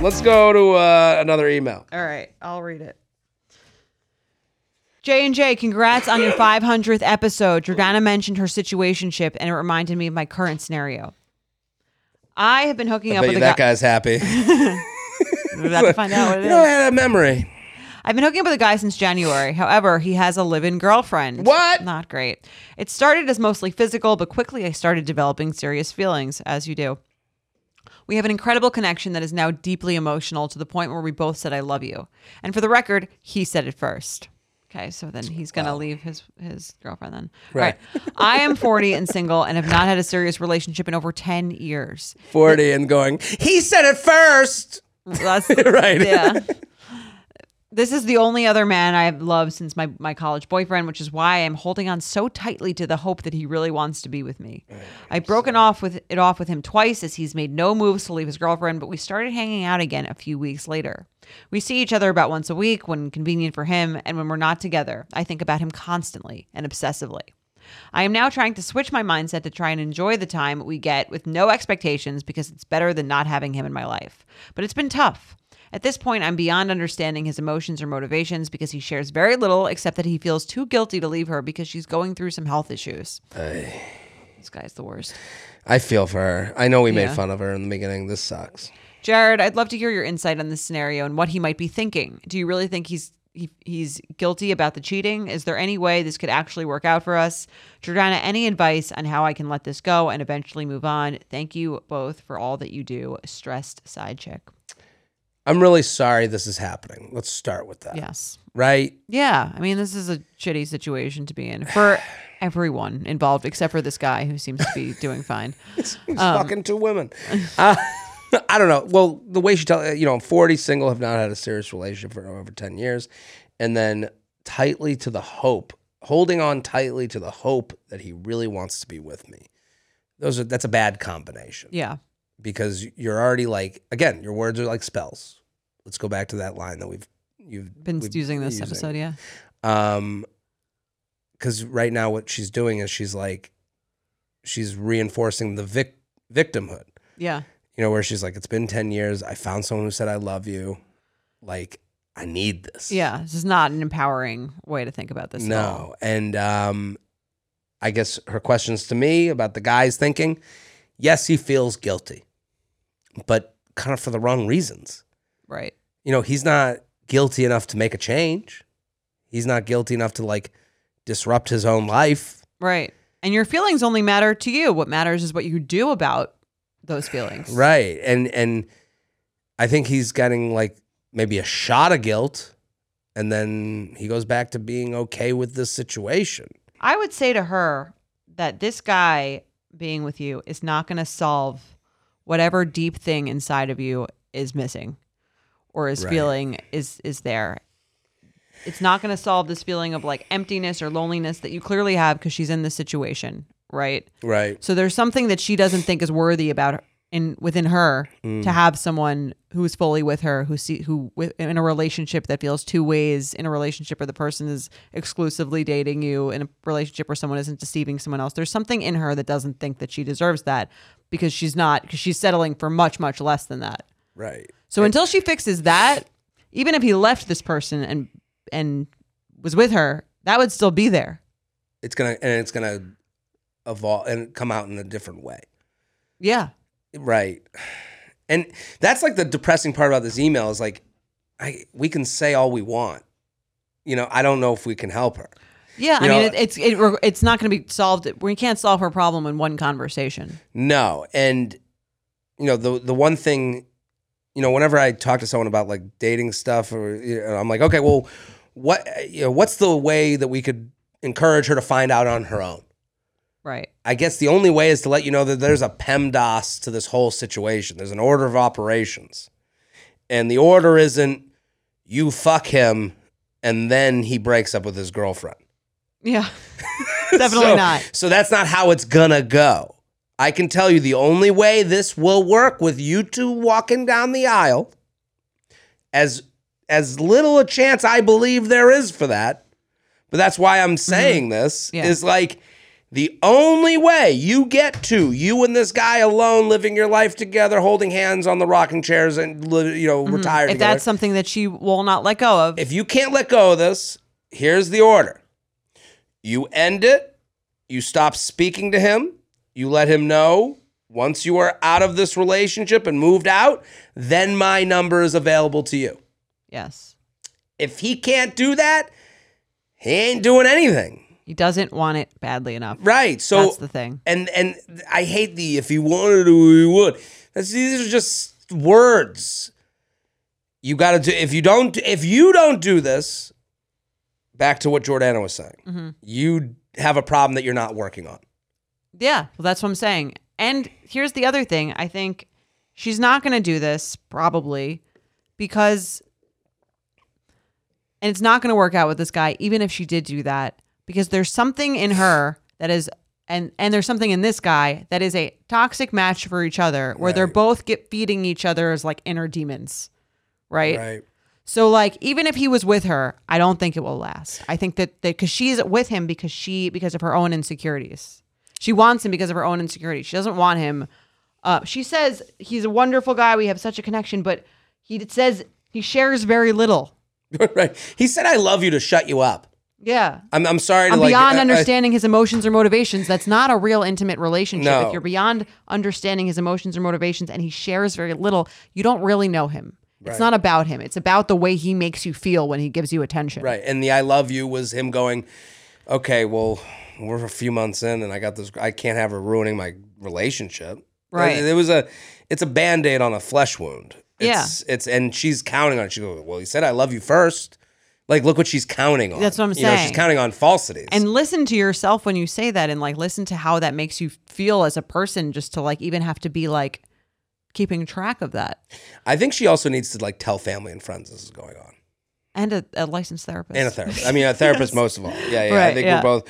S2: Let's go to uh, another email.
S3: All right, I'll read it. J and J, congrats on your 500th episode. Jordana mentioned her situationship, and it reminded me of my current scenario. I have been hooking
S2: I
S3: up
S2: bet
S3: with
S2: you
S3: a *laughs*
S2: that
S3: guy.
S2: guy's happy. you *laughs*
S3: We're about to find out what it
S2: know, I
S3: is.
S2: had a memory.
S3: I've been hooking up with a guy since January. However, he has a live in girlfriend.
S2: What?
S3: Not great. It started as mostly physical, but quickly I started developing serious feelings, as you do. We have an incredible connection that is now deeply emotional to the point where we both said, I love you. And for the record, he said it first. Okay, so then he's going to leave his, his girlfriend then.
S2: Right.
S3: All right. I am 40 and single and have not had a serious relationship in over 10 years.
S2: 40 and going, he said it first.
S3: That's
S2: *laughs* Right.
S3: Yeah. This is the only other man I've loved since my, my college boyfriend, which is why I'm holding on so tightly to the hope that he really wants to be with me. I've broken off with it off with him twice as he's made no moves to leave his girlfriend, but we started hanging out again a few weeks later. We see each other about once a week when convenient for him, and when we're not together, I think about him constantly and obsessively. I am now trying to switch my mindset to try and enjoy the time we get with no expectations because it's better than not having him in my life. But it's been tough. At this point, I'm beyond understanding his emotions or motivations because he shares very little except that he feels too guilty to leave her because she's going through some health issues. This guy's the worst.
S2: I feel for her. I know we made
S3: Yeah.
S2: fun of her in the beginning. This sucks.
S3: Jared, I'd love to hear your insight on this scenario and what he might be thinking. Do you really think he's he, he's guilty about the cheating? Is there any way this could actually work out for us? Jordana, any advice on how I can let this go and eventually move on? Thank you both for all that you do. Stressed side chick.
S2: I'm really sorry this is happening. Let's start with that.
S3: Yes.
S2: Right?
S3: Yeah. I mean, this is a shitty situation to be in for *sighs* everyone involved except for this guy who seems to be doing fine.
S2: He's fucking two women. Uh, *laughs* I don't know. Well, the way she tells, you know, I'm 40, single, have not had a serious relationship for over 10 years. And then tightly to the hope, holding on tightly to the hope that he really wants to be with me. Those are, that's a bad combination.
S3: Yeah.
S2: because you're already like again your words are like spells let's go back to that line that we've you've
S3: Been
S2: we've
S3: using this episode. Yeah.
S2: um because right now what she's doing is she's like she's reinforcing the vic- victimhood
S3: Yeah.
S2: you know where she's like it's been 10 years i found someone who said i love you like i need this
S3: Yeah. This is not an empowering way to think about this. at all.
S2: no and um i guess her questions to me about the guy's thinking yes he feels guilty but kind of for the wrong reasons
S3: Right.
S2: you know, he's not guilty enough to make a change. He's not guilty enough to like disrupt his own life.
S3: Right. And your feelings only matter to you. What matters is what you do about those feelings.
S2: Right. And and I think he's getting like maybe a shot of guilt and then he goes back to being okay with this situation.
S3: I would say to her that this guy being with you is not going to solve whatever deep thing inside of you is missing or is
S2: Right.
S3: feeling is is there. It's not going to solve this feeling of like emptiness or loneliness that you clearly have because she's in this situation, right?
S2: Right.
S3: So there's something that she doesn't think is worthy about her, in within her to have someone who is fully with her, who see who with, in a relationship that feels two ways in a relationship where the person is exclusively dating you in a relationship where someone isn't deceiving someone else. There's something in her that doesn't think that she deserves that because she's not because she's settling for much much less than that.
S2: Right.
S3: So until she fixes that, even if he left this person and and was with her, that would still be there.
S2: It's going to and it's going to evolve and come out in a different way.
S3: Yeah.
S2: Right. And that's like the depressing part about this email is like I we can say all we want. You know, I don't know if we can help her.
S3: Yeah,
S2: You
S3: I
S2: know-
S3: mean, it, it's it, we're- it's not going to be solved. We can't solve her problem in one conversation.
S2: No, and you know the the one thing, you know, whenever I talk to someone about like dating stuff, or you know, I'm like, okay, well, what you know, what's the way that we could encourage her to find out on her own?
S3: Right.
S2: I guess the only way is to let you know that there's a PEMDAS to this whole situation. There's an order of operations, and the order isn't you fuck him and then he breaks up with his girlfriend.
S3: Yeah. *laughs* Definitely
S2: so,
S3: not.
S2: So that's not how it's gonna go. I can tell you the only way this will work with you two walking down the aisle, as as little a chance I believe there is for that, but that's why I'm saying this
S3: Mm-hmm. Yeah.
S2: is like the only way you get to you and this guy alone living your life together, holding hands on the rocking chairs and li- you know retired.
S3: Mm-hmm. If
S2: together
S3: that's something that she will not let go of,
S2: if you can't let go of this, here's the order. You end it, you stop speaking to him, you let him know once you are out of this relationship and moved out, then my number is available to you.
S3: yes.
S2: If he can't do that, he ain't doing anything.
S3: He doesn't want it badly enough.
S2: Right. So
S3: That's the thing.
S2: and and I hate the if he wanted to he would. That's, these are just words. You got to do if you don't if you don't do this. Back to what Jordana was saying,
S3: Mm-hmm.
S2: you have a problem that you're not working on.
S3: Yeah, well, that's what I'm saying. And here's the other thing I think she's not going to do this probably because, and it's not going to work out with this guy, even if she did do that, because there's something in her that is. And, and there's something in this guy that is a toxic match for each other where they're both get feeding each other's like inner demons right so like even if he was with her i don't think it will last i think that because she's with him because she because of her own insecurities she wants him because of her own insecurity. She doesn't want him. Uh, she says he's a wonderful guy. We have such a connection, but he d- says he shares very little.
S2: right. *laughs* He said, "I love you" to shut you up.
S3: Yeah.
S2: I'm I'm sorry to
S3: I'm
S2: like
S3: beyond
S2: I- I-
S3: understanding his emotions or motivations. That's not a real intimate relationship.
S2: No.
S3: If you're beyond understanding his emotions or motivations and he shares very little, you don't really know him. It's not about him. It's about the way he makes you feel when he gives you attention.
S2: Right. And the I love you was him going, okay, well, we're a few months in and I got this, I can't have her ruining my relationship.
S3: Right.
S2: It, it was a, it's a band aid on a flesh wound.
S3: Yeah.
S2: It's, it's, and she's counting on it. She goes, well, he said, I love you first. Like, look what she's counting on.
S3: That's what I'm
S2: You know, she's
S3: saying.
S2: counting on falsities.
S3: and listen to yourself when you say that and like listen to how that makes you feel as a person just to like even have to be like keeping track of that
S2: I think she also needs to like tell family and friends this is going on.
S3: and a, a licensed therapist
S2: And a therapist.
S3: *laughs*
S2: I mean, a therapist most of all. Yeah, yeah. I
S3: Right,
S2: think
S3: yeah.
S2: we're both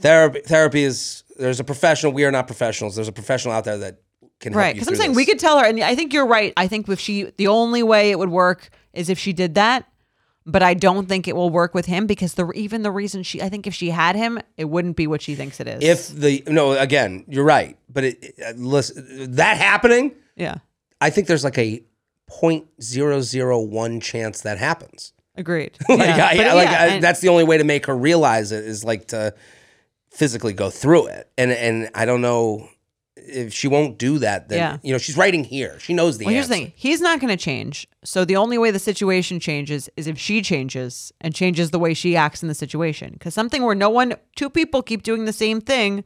S2: therapy. Therapy is there's a professional. We are not professionals. There's a professional out there that can help
S3: right
S2: you
S3: because i'm
S2: through
S3: saying
S2: this.
S3: we could tell her and i think you're right i think if she the only way it would work is if she did that but i don't think it will work with him because the even the reason she i think if she had him it wouldn't be what she thinks it is
S2: if the no again you're right but it, it- uh, listen that happening
S3: yeah
S2: i think there's like a 0.001 chance that happens
S3: agreed
S2: *laughs* like,
S3: yeah.
S2: I,
S3: But
S2: I- like
S3: yeah,
S2: I,
S3: and-
S2: that's the only way to make her realize it is like to physically go through it and and i don't know if she won't do that then
S3: Yeah.
S2: you know she's writing here she knows the
S3: Well, here's
S2: answer
S3: the thing. He's not going to change. So the only way the situation changes is if she changes and changes the way she acts in the situation. Because something where no one, two people keep doing the same thing,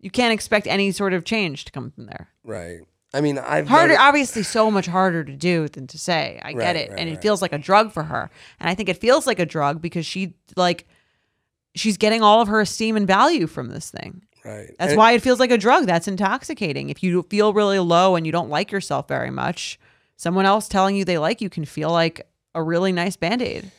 S3: you can't expect any sort of change to come from there.
S2: right i mean i've
S3: Harder,
S2: noticed-
S3: obviously, so much harder to do than to say. I
S2: Right,
S3: get it,
S2: right,
S3: and it
S2: right.
S3: feels like a drug for her. And I think it feels like a drug because she like she's getting all of her esteem and value from this thing.
S2: right
S3: That's
S2: And-
S3: why it feels like a drug. That's intoxicating. If you feel really low and you don't like yourself very much, someone else telling you they like you can feel like a really nice band aid.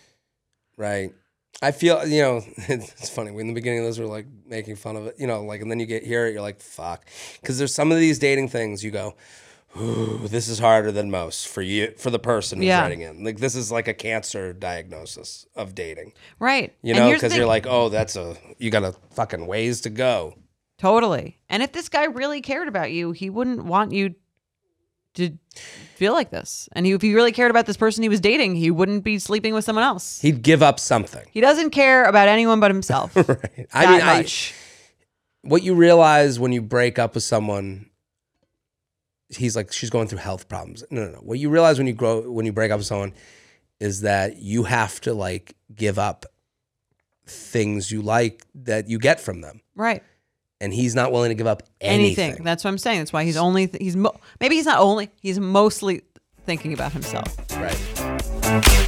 S2: Right. I feel you know *laughs* it's funny. We in the beginning of this were like making fun of it, you know, like, and then you get here, you're like, fuck, because there's some of these dating things you go, Ooh, this is harder than most for you for the person who's
S3: Yeah.
S2: writing in. Like this is like a cancer diagnosis of dating,
S3: Right.
S2: you
S3: And
S2: know,
S3: here's the
S2: because you're
S3: thing-
S2: like, oh, that's a you got a fucking ways to go.
S3: totally. And if this guy really cared about you, he wouldn't want you to feel like this. And he, if he really cared about this person he was dating, he wouldn't be sleeping with someone else. He,
S2: He'd give up something. *laughs*
S3: doesn't care about anyone but himself. that
S2: Right. *laughs* I mean, I,
S3: much.
S2: what you realize when you break up with someone he's like she's going through health problems no no no what you realize when you grow when you break up with someone is that you have to like give up things you like that you get from them
S3: right.
S2: and he's not willing to give up
S3: anything.
S2: anything,
S3: That's what I'm saying. That's why he's only th- he's mo- maybe he's not only he's mostly thinking about himself.
S2: right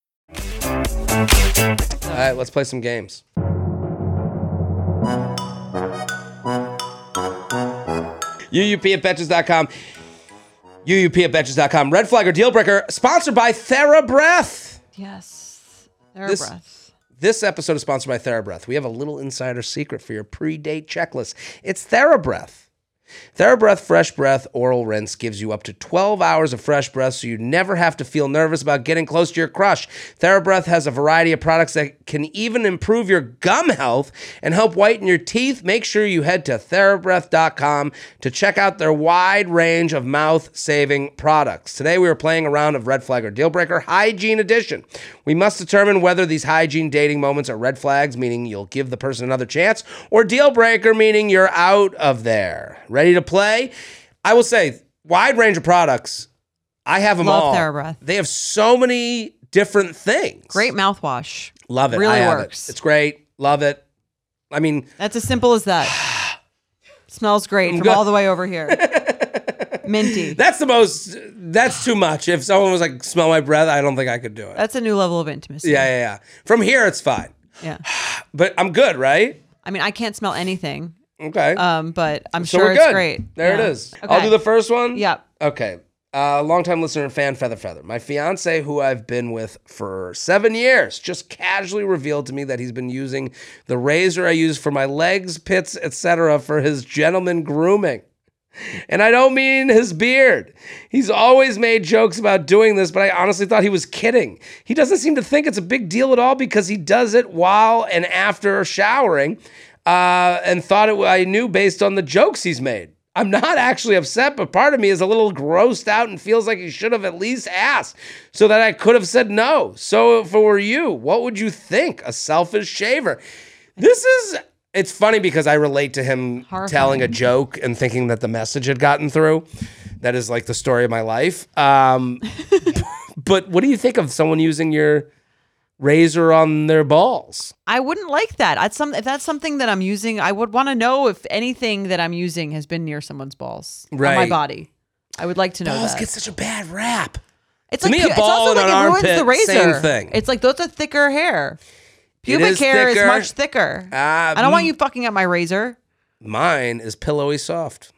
S2: all right let's play some games uup at betches.com uup at betches.com red flag or deal breaker sponsored by therabreath
S3: Yes. Their
S2: This-
S3: breath.
S2: This episode is sponsored by TheraBreath. We have a little insider secret for your pre-date checklist. It's TheraBreath. TheraBreath Fresh Breath Oral Rinse gives you up to 12 hours of fresh breath so you never have to feel nervous about getting close to your crush. TheraBreath has a variety of products that can even improve your gum health and help whiten your teeth. Make sure you head to therabreath.com to check out their wide range of mouth saving products. Today we are playing a round of Red Flag or Deal Breaker Hygiene Edition. We must determine whether these hygiene dating moments are red flags, meaning you'll give the person another chance, or deal breaker, meaning you're out of there. Ready to play? I will say, wide range of products. I have them
S3: Love
S2: all.
S3: TheraBreath.
S2: They have so many different things.
S3: Great mouthwash.
S2: Love it.
S3: Really
S2: I have it.
S3: works.
S2: It's great. Love it. I mean,
S3: That's as simple
S2: *sighs*
S3: as that. Smells great from
S2: good.
S3: all the way over
S2: *laughs*
S3: here. Minty.
S2: that's the most, that's too much. If someone was like, smell my breath, I don't think I could do it.
S3: That's a new level of intimacy.
S2: yeah, yeah, yeah. From here, it's fine.
S3: Yeah.
S2: But I'm good, right?
S3: I mean, I can't smell anything,
S2: Okay.
S3: um, but I'm
S2: so
S3: sure
S2: we're
S3: it's
S2: good.
S3: great.
S2: There
S3: Yeah.
S2: it is. I'll
S3: Okay.
S2: do the first one.
S3: Yep.
S2: Okay. Uh, longtime listener and fan, Feather Feather. My fiance, who I've been with for seven years, just casually revealed to me that he's been using the razor I use for my legs, pits, etc., for his gentleman grooming. And I don't mean his beard. He's always made jokes about doing this, but I honestly thought he was kidding. He doesn't seem to think it's a big deal at all because he does it while and after showering uh, and thought it, I knew based on the jokes he's made. I'm not actually upset, but part of me is a little grossed out and feels like he should have at least asked so that I could have said no. So if it were you, what would you think? A selfish shaver. This is. It's funny because I relate to him telling a joke and thinking that the message had gotten through. That is like the story of my life. Um, *laughs* but what do you think of someone using your razor on their balls?
S3: I wouldn't like that. I'd some if that's something that I'm using, I would want to know if anything that I'm using has been near someone's balls on my
S2: Right.
S3: body. I would like to know
S2: Balls
S3: that.
S2: get such a bad rap.
S3: it's
S2: to
S3: like
S2: me, a
S3: it's
S2: ball
S3: also
S2: and
S3: like
S2: an
S3: it ruins the
S2: armpit,
S3: razor.
S2: same thing.
S3: It's like that's a thicker hair.
S2: It
S3: Pubic
S2: is
S3: hair
S2: thicker.
S3: is much thicker.
S2: Ah,
S3: I don't want
S2: mm.
S3: you fucking up my razor.
S2: Mine is pillowy soft.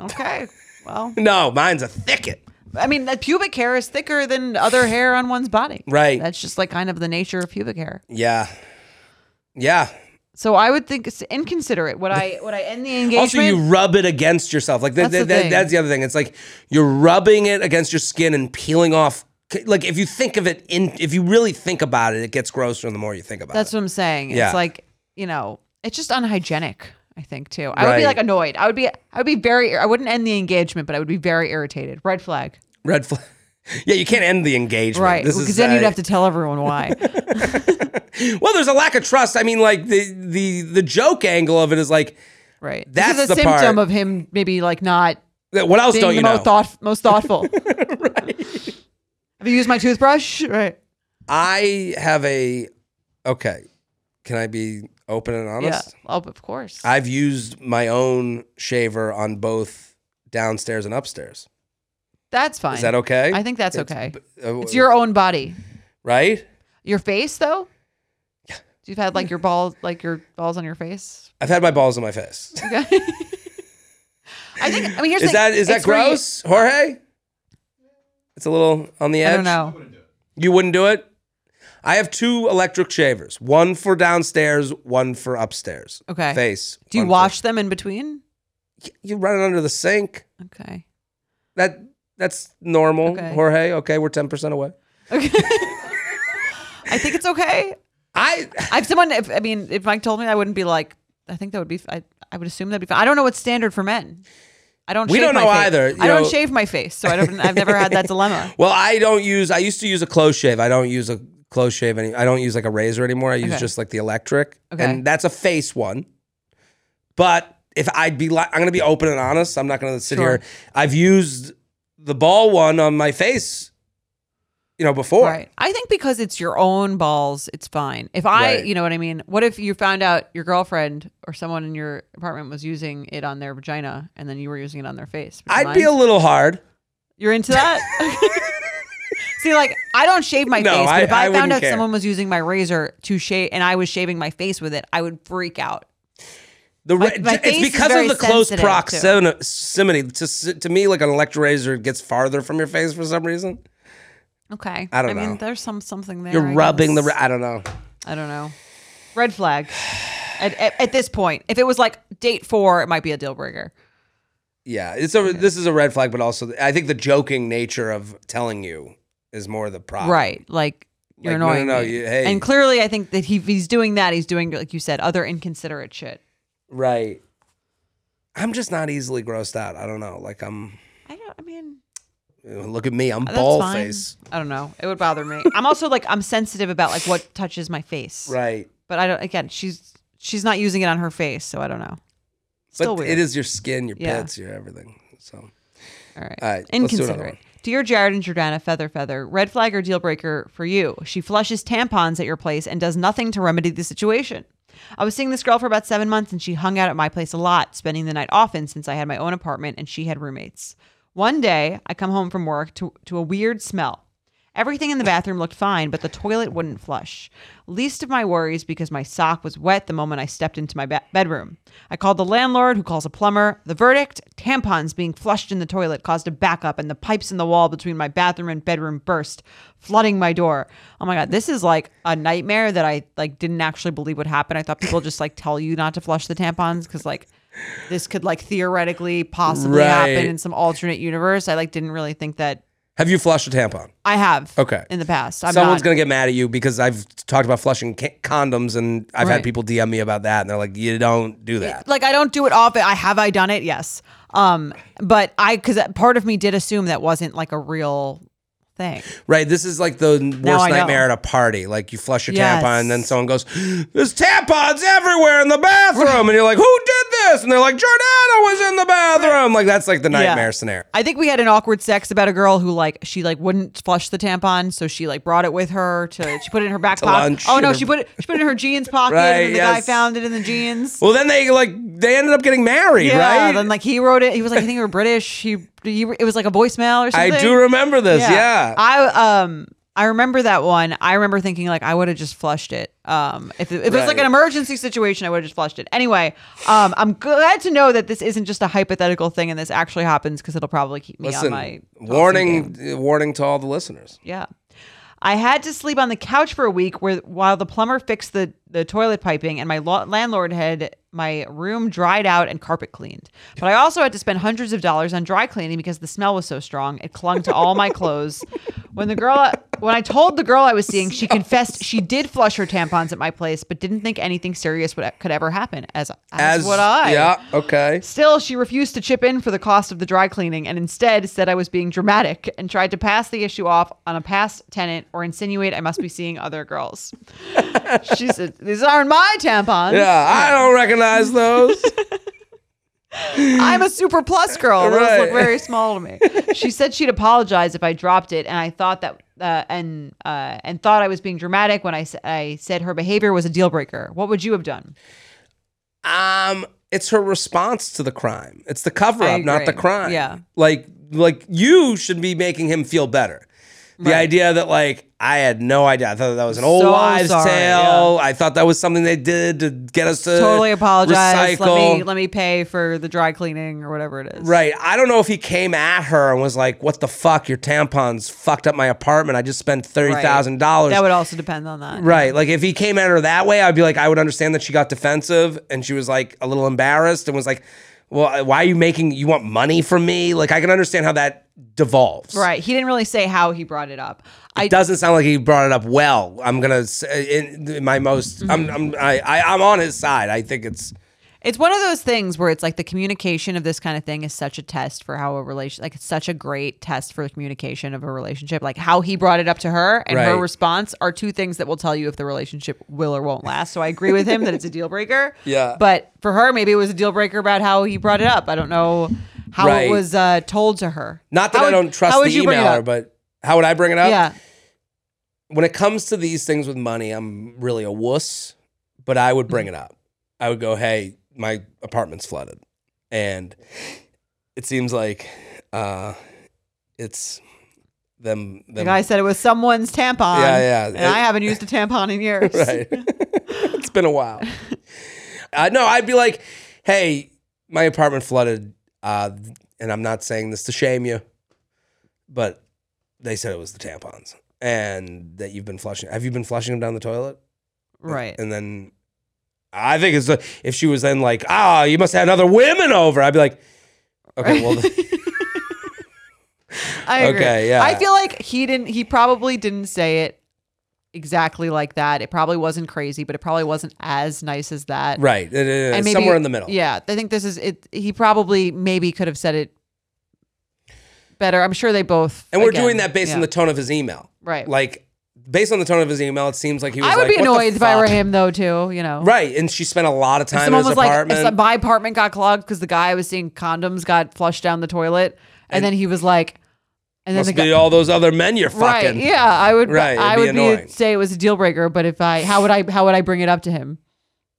S3: Okay. Well,
S2: No, mine's a thicket.
S3: I mean, that pubic hair is thicker than other hair on one's body.
S2: Right.
S3: That's just like kind of the nature of pubic hair.
S2: Yeah. Yeah.
S3: So I would think it's inconsiderate. Would I would I end the engagement?
S2: *laughs* Also, you rub it against yourself. Like
S3: That's
S2: that's,
S3: the
S2: that,
S3: thing.
S2: that's the other thing. It's like you're rubbing it against your skin and peeling off. Like if you think of it in, if you really think about it, it gets grosser the more you think about
S3: That's
S2: it.
S3: what I'm saying.
S2: Yeah.
S3: It's like, you know, it's just unhygienic, I think too. I would be
S2: Right.
S3: like annoyed. I would be I would be very I wouldn't end the engagement, but I would be very irritated. Red flag.
S2: Red flag. *laughs* Yeah, you can't end the engagement.
S3: Right.
S2: This
S3: Because
S2: is,
S3: then you'd
S2: uh,
S3: have to tell everyone why. *laughs*
S2: Well, there's a lack of trust. I mean, like the the the joke angle of it is like,
S3: right.
S2: That's
S3: this is a
S2: the
S3: symptom
S2: part.
S3: of him maybe like not
S2: what else
S3: being
S2: don't
S3: the
S2: you know?
S3: most thought most
S2: *laughs*
S3: thoughtful. right. Have you used my toothbrush? Right.
S2: I have a. Okay, can I be open and honest?
S3: Yeah. Oh, of course.
S2: I've used my own shaver on both downstairs and upstairs.
S3: that's fine.
S2: Is that okay?
S3: I think that's okay.
S2: Uh,
S3: It's your
S2: *sighs*
S3: own body.
S2: right.
S3: Your face though? You've had like your balls like your balls on your face?
S2: I've had my balls in my face.
S3: I think. I mean, here's
S2: is
S3: the thing.
S2: that is that
S3: It's where you-
S2: gross, Jorge? It's a little on the edge.
S3: I don't know.
S2: You wouldn't do it. I have two electric shavers, one for downstairs, one for upstairs.
S3: Okay.
S2: Face.
S3: Do you
S2: one
S3: wash them in between?
S2: For, you run it under the sink. *laughs*
S3: Okay.
S2: That that's normal,
S3: Okay.
S2: Jorge. Okay, we're ten percent away.
S3: *laughs* I think it's okay.
S2: I
S3: I've someone. If, I mean, if Mike told me, I wouldn't be like. I think that would be. I, I would assume that'd be fine. I don't know what's standard for men. I don't.
S2: We
S3: shave
S2: don't
S3: my
S2: know
S3: face.
S2: either, you
S3: I don't
S2: know.
S3: shave my face, so I don't. I've
S2: *laughs*
S3: never had that dilemma.
S2: well, I don't use. I used to use a close shave. I don't use a close shave any. I don't use like a razor anymore. I use
S3: Okay.
S2: just like the electric,
S3: Okay.
S2: and that's a face one. But if I'd be like, I'm gonna be open and honest. I'm not gonna sit
S3: Sure.
S2: here. I've used the ball one on my face, you know, before.
S3: Right. I think because it's your own balls, it's fine. If I,
S2: Right.
S3: you know what I mean. What if you found out your girlfriend or someone in your apartment was using it on their vagina, and then you were using it on their face? Would you
S2: I'd
S3: mind?
S2: be a little hard.
S3: You're into that?
S2: *laughs*
S3: See, like I don't shave my
S2: No,
S3: face, but
S2: I-
S3: if I,
S2: I
S3: found
S2: wouldn't
S3: out
S2: care.
S3: someone was using my razor to shave and I was shaving my face with it, I would freak out.
S2: The ra-
S3: my face
S2: it's
S3: is
S2: because
S3: very
S2: of the close
S3: sensitive, too.
S2: proximity. To s- to me, like an electric razor gets farther from your face for some reason.
S3: Okay.
S2: I don't
S3: I
S2: know.
S3: mean, there's some something there.
S2: You're
S3: I
S2: rubbing the.
S3: guess.
S2: Ra- I don't know.
S3: I don't know. Red flag. At, at, at this point, if it was like date four, it might be a deal breaker.
S2: Yeah, it's a this is a red flag, but also I think the joking nature of telling you is more the problem.
S3: right. Like
S2: Ah.
S3: you're
S2: Like, no, no,
S3: annoying.
S2: no,
S3: me.
S2: you- hey.
S3: And clearly, I think that he, if he's doing that, he's doing like you said, other inconsiderate shit.
S2: Right. I'm just not easily grossed out. I don't know. Like I'm.
S3: I don't. I mean,
S2: Look at me. I'm
S3: that's
S2: ball
S3: fine.
S2: face.
S3: I don't know. It would bother me. I'm also like I'm sensitive about like what touches my face.
S2: Right.
S3: But I don't. Again, she's she's not using it on her face, so I don't know. Still
S2: but it
S3: weird.
S2: is your skin, your
S3: Yeah.
S2: pits, your everything. So
S3: All right.
S2: All right, let's do another
S3: Inconsiderate. Dear Jared and Jordana Feather Feather, red flag or deal breaker for you? She flushes tampons at your place and does nothing to remedy the situation. I was seeing this girl for about seven months and she hung out at my place a lot, spending the night often since I had my own apartment and she had roommates. One day, I come home from work to, to a weird smell. Everything in the bathroom looked fine, but the toilet wouldn't flush. Least of my worries because my sock was wet the moment I stepped into my ba- bedroom. I called the landlord, who calls a plumber. The verdict tampons being flushed in the toilet caused a backup, and the pipes in the wall between my bathroom and bedroom burst, flooding my door. Oh my God, this is like a nightmare that I like didn't actually believe would happen. I thought people just like tell you not to flush the tampons because like this could like theoretically possibly
S2: Right.
S3: happen in some alternate universe. I like didn't really think that
S2: have you flushed a tampon?
S3: I have
S2: Okay.
S3: in the past. I'm
S2: Someone's
S3: not,
S2: gonna get mad at you because I've talked about flushing ca- condoms, and I've had
S3: Right.
S2: people DM me about that, and they're like, "You don't do that."
S3: like I don't do it often. I have I done it, yes. Um, but I because part of me did assume that wasn't like a real thing.
S2: Right. This is like the worst
S3: I know.
S2: nightmare at a party. Like you flush a
S3: Yes.
S2: tampon and then someone goes, There's tampons everywhere in the bathroom. And you're like, Who did this? And they're like, Jordana was in the bathroom. Like that's like the nightmare
S3: Yeah.
S2: scenario.
S3: I think we had an awkward sex about a girl who like she like wouldn't flush the tampon, so she like brought it with her to she put it in her back pocket.
S2: lunch
S3: Oh no,
S2: in her-
S3: she put it she put it in her jeans
S2: *laughs*
S3: pocket,
S2: Right,
S3: and then the
S2: yes.
S3: guy found it in the jeans.
S2: Well, then they like, they ended up getting married,
S3: yeah,
S2: right?
S3: then like he wrote it. He was like, I think you were British. He, he it was like a voicemail or
S2: I
S3: something.
S2: do remember this. Yeah.
S3: I um I remember that one. I remember thinking like I would have just flushed it. Um if it, if it was like
S2: Right.
S3: an emergency situation, I would have just flushed it. Anyway, um I'm glad to know that this isn't just a hypothetical thing and this actually happens because it'll probably keep me on
S2: Listen,
S3: my tossing game.
S2: warning, warning to all the listeners.
S3: Yeah. I had to sleep on the couch for a week where while the plumber fixed the, the toilet piping and my lo- landlord had my room dried out and carpet cleaned. But I also had to spend hundreds of dollars on dry cleaning because the smell was so strong. It clung to all my clothes. *laughs* When the girl when I told the girl I was seeing, she confessed she did flush her tampons at my place but didn't think anything serious would could ever happen as as, would I.
S2: Yeah. Okay.
S3: Still, she refused to chip in for the cost of the dry cleaning and instead said I was being dramatic and tried to pass the issue off on a past tenant or insinuate I must be seeing
S2: *laughs*
S3: other girls. she said, These aren't my tampons.
S2: Yeah. I don't recognize those.
S3: I'm a super plus girl. Those
S2: Right.
S3: look very small
S2: *laughs*
S3: to me. She said she'd apologize if I dropped it, and I thought that uh, and uh, and thought I was being dramatic when I, s- I said her behavior was a deal breaker. What would you have done?
S2: Um, it's her response to the crime. It's the cover
S3: I
S2: up, not the
S3: agree.
S2: crime.
S3: Yeah.
S2: Like like you should be making him feel better. The idea that like I had no idea. I thought that was an old
S3: So
S2: wives'
S3: sorry,
S2: tale. I thought that was something they did to get us to
S3: Totally apologize.
S2: Uh, Recycle.
S3: Let me let me pay for the dry cleaning or whatever it is.
S2: Right. I don't know if he came at her and was like, "What the fuck? Your tampons fucked up my apartment. I just spent thirty thousand dollars."
S3: That would also depend on that.
S2: Right. Like if he came at her that way, I'd be like, I would understand that she got defensive and she was like a little embarrassed and was like, well, uh, why are you making, you want money from me? Like I can understand how that devolves.
S3: Right. He didn't really say how he brought it up. I
S2: It doesn't sound like he brought it up well. I'm gonna say in, in my most.
S3: Mm-hmm.
S2: I'm. I'm. I, I. I'm on his side. I think it's.
S3: it's one of those things where it's like the communication of this kind of thing is such a test for how a relation like it's such a great test for the communication of a relationship. Like how he brought it up to her and her
S2: Right.
S3: response are two things that will tell you if the relationship will or won't last. So I agree with him that it's a deal breaker.
S2: Yeah.
S3: But for her, maybe it was a deal breaker about how he brought it up. I don't know how
S2: Right.
S3: it was uh, told to her.
S2: Not that
S3: How
S2: I
S3: would-
S2: don't trust
S3: how would
S2: the
S3: you bring it
S2: emailer,
S3: up?
S2: but how would I bring it up?
S3: yeah.
S2: when it comes to these things with money, I'm really a wuss, but I would bring it up. I would go, hey, my apartment's flooded. And it seems like uh, it's them. them
S3: The guy said it was someone's tampon.
S2: Yeah, yeah.
S3: And
S2: It-
S3: I haven't used a tampon in years.
S2: *laughs* right. *laughs* it's been a while. Uh, no, I'd be like, hey, my apartment flooded. Uh, and I'm not saying this to shame you, but they said it was the tampons and that you've been flushing. Have you been flushing them down the toilet?
S3: Right.
S2: And then I think it's the, if she was then like, ah, you must have other women over, I'd be like, Okay,
S3: *laughs*
S2: well,
S3: I agree.
S2: Okay, yeah.
S3: I feel like he didn't. He probably didn't say it exactly like that. It probably wasn't crazy, but it probably wasn't as nice as that.
S2: right. uh, uh,
S3: And maybe-
S2: somewhere in the middle.
S3: Yeah, I think this is it. He probably maybe could have said it better. I'm sure they both.
S2: And we're
S3: again,
S2: doing that based on
S3: yeah.
S2: the tone of his email.
S3: Right.
S2: Like, based on the tone of his email, it seems like he was
S3: I would
S2: like,
S3: be
S2: "What the
S3: annoyed if I were
S2: fuck?"
S3: him though too. You know.
S2: Right. And she spent a lot of
S3: If
S2: time in
S3: someone
S2: his
S3: was like,
S2: apartment.
S3: if my apartment got clogged because the guy I was seeing condoms got flushed down the toilet, and,
S2: And-
S3: then he was like, and then
S2: Must
S3: the guy,
S2: be all those other men you're fucking.
S3: Right. Yeah, I would.
S2: Right, it'd
S3: I
S2: be
S3: would be,
S2: annoying.
S3: say it was a deal breaker, but if I, how would I, how would I bring it up to him?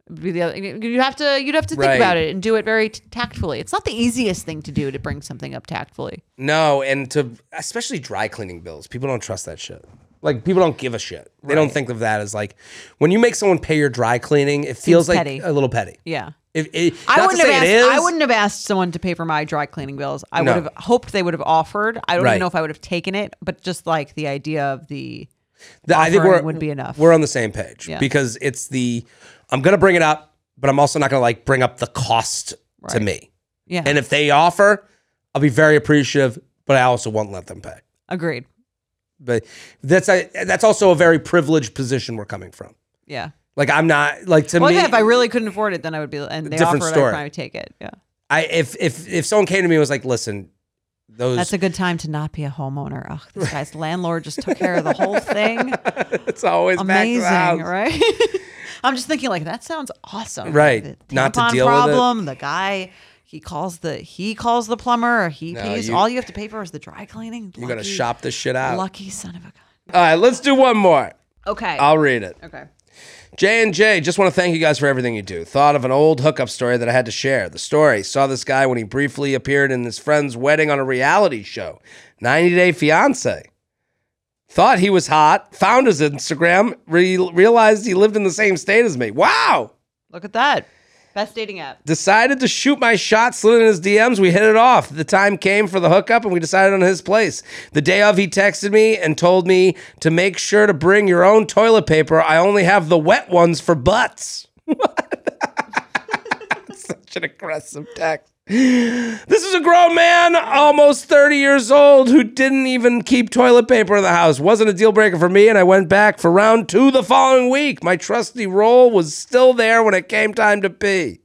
S3: It'd Be the other, you'd have to, you'd have to think
S2: Right.
S3: about it and do it very t- tactfully. It's not the easiest thing to do to bring something up tactfully.
S2: No, and to especially dry cleaning bills, people don't trust that shit. Like people don't give a shit. They don't think of that as like when you make someone pay your dry cleaning, it feels like
S3: petty.
S2: a little petty.
S3: Yeah.
S2: If it, not
S3: I
S2: to
S3: wouldn't
S2: say
S3: have
S2: it is,
S3: asked. I wouldn't have asked someone to pay for my dry cleaning bills. I
S2: No.
S3: would have hoped they would have offered. I don't
S2: Right.
S3: even know if I would have taken it, but just like the idea of the
S2: th- I think
S3: offering
S2: we're
S3: would be enough.
S2: We're on the same page because it's the I'm gonna bring it up, but I'm also not gonna like bring up the cost to me.
S3: yeah,
S2: And if they offer, I'll be very appreciative, but I also won't let them pay.
S3: agreed.
S2: But that's a, that's also a very privileged position we're coming from.
S3: Yeah.
S2: Like I'm not like to
S3: Well,
S2: me.
S3: yeah. If I really couldn't afford it, then I would be. And they
S2: Different
S3: offered, it,
S2: story.
S3: I would probably take it. Yeah.
S2: I if if if someone came to me and was like, listen, those
S3: That's a good time to not be a homeowner. Ugh, this guy's landlord just took care of the
S2: *laughs*
S3: whole thing.
S2: *laughs* it's always
S3: Amazing,
S2: back to the house.
S3: right? *laughs* I'm just thinking like that sounds awesome.
S2: Right.
S3: The
S2: Not to
S3: tampon
S2: deal with it.
S3: problem, The guy he calls the he calls the plumber. He
S2: No,
S3: pays.
S2: you-
S3: All you have to pay for is the dry cleaning.
S2: You gotta shop this shit out.
S3: Lucky son of a gun.
S2: All right, let's do one more.
S3: Okay.
S2: I'll read it.
S3: okay.
S2: J and J, just want to thank you guys for everything you do. Thought of an old hookup story that I had to share. The story saw this guy when he briefly appeared in his friend's wedding on a reality show, 90 Day Fiance. Thought he was hot, found his Instagram, re- realized he lived in the same state as me. Wow!
S3: Look at that. Best dating app.
S2: decided to shoot my shot, slid in his DMs. We hit it off. The time came for the hookup, and we decided on his place. The day of, he texted me and told me to make sure to bring your own toilet paper. I only have the wet ones for butts. *laughs* Such an aggressive text. This is a grown man, almost 30 years old, who didn't even keep toilet paper in the house. Wasn't a deal breaker for me, and I went back for round two the following week. My trusty roll was still there when it came time to pee.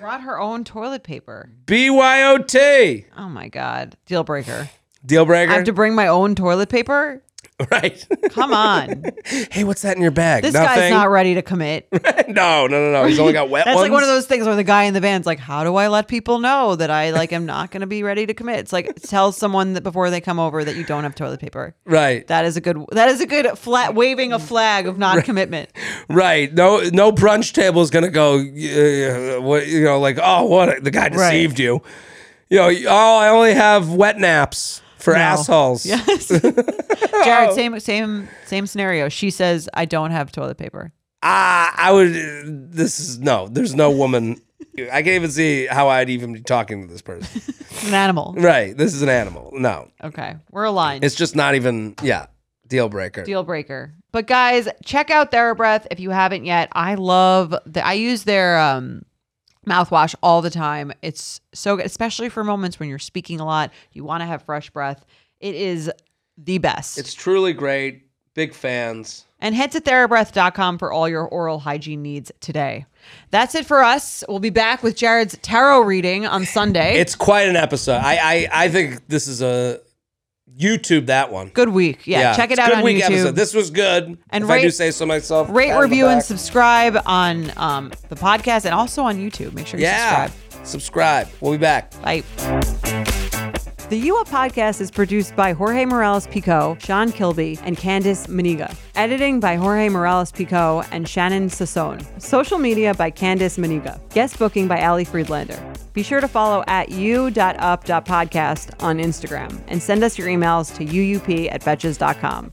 S3: Brought her own toilet paper.
S2: BYOT.
S3: Oh my god. Deal breaker.
S2: Deal
S3: I
S2: breaker.
S3: have to bring my own toilet paper.
S2: *laughs* right. *laughs*
S3: Come on.
S2: hey, what's that in your bag?
S3: This guy's
S2: Nothing.
S3: not
S2: *laughs*
S3: ready to commit.
S2: no, no, no, no. He's only got wet
S3: *laughs* That's
S2: ones.
S3: like one of those things where the guy in the van's like, "How do I let people know that I like am not going to be ready to commit?" It's like tell someone that before they come over that you don't have toilet paper.
S2: Right.
S3: That is a good. That is a good flat waving a flag
S2: *laughs*
S3: of non-commitment.
S2: Right. No, no brunch table is gonna go. Uh, what you know? Like, oh, what the guy deceived you. You know. Oh, I only have wet naps for assholes.
S3: Yes. Jared, same same same scenario. She says, "I don't have toilet paper."
S2: *laughs* Ah, I would. This is no. There's no woman. I can't even see how I'd even be talking to this
S3: *laughs*
S2: person.
S3: It's an animal.
S2: right. This is an animal. No.
S3: Okay, we're aligned.
S2: It's just not even. Yeah. Deal breaker.
S3: deal breaker. But guys, check out TheraBreath if you haven't yet. I love the I use their um mouthwash all the time. It's so good, especially for moments when you're speaking a lot, you want to have fresh breath. It is the best.
S2: It's truly great. Big fans.
S3: and head to therabreath.com for all your oral hygiene needs today. That's it for us. We'll be back with Jared's tarot reading on Sunday.
S2: It's quite an episode. I I, I think this is a YouTube that one.
S3: good week. Yeah, check it
S2: it's
S3: out
S2: good
S3: on
S2: week
S3: YouTube.
S2: episode. This was good.
S3: And
S2: if I
S3: rate-
S2: do say so myself. pat
S3: Rate,
S2: on the
S3: review, and
S2: back.
S3: subscribe on um, the podcast and also on YouTube. Make sure you
S2: Yeah,
S3: subscribe.
S2: subscribe. We'll be back.
S3: Bye. The You Up podcast is produced by Jorge Morales Pico, Sean Kilby, and Candice Maniga. Editing by Jorge Morales Pico and Shannon Sassone. Social media by Candice Maniga. Guest booking by Ali Friedlander. Be sure to follow at u.up.podcast on Instagram and send us your emails to uup at betches.com.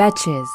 S5: Betches.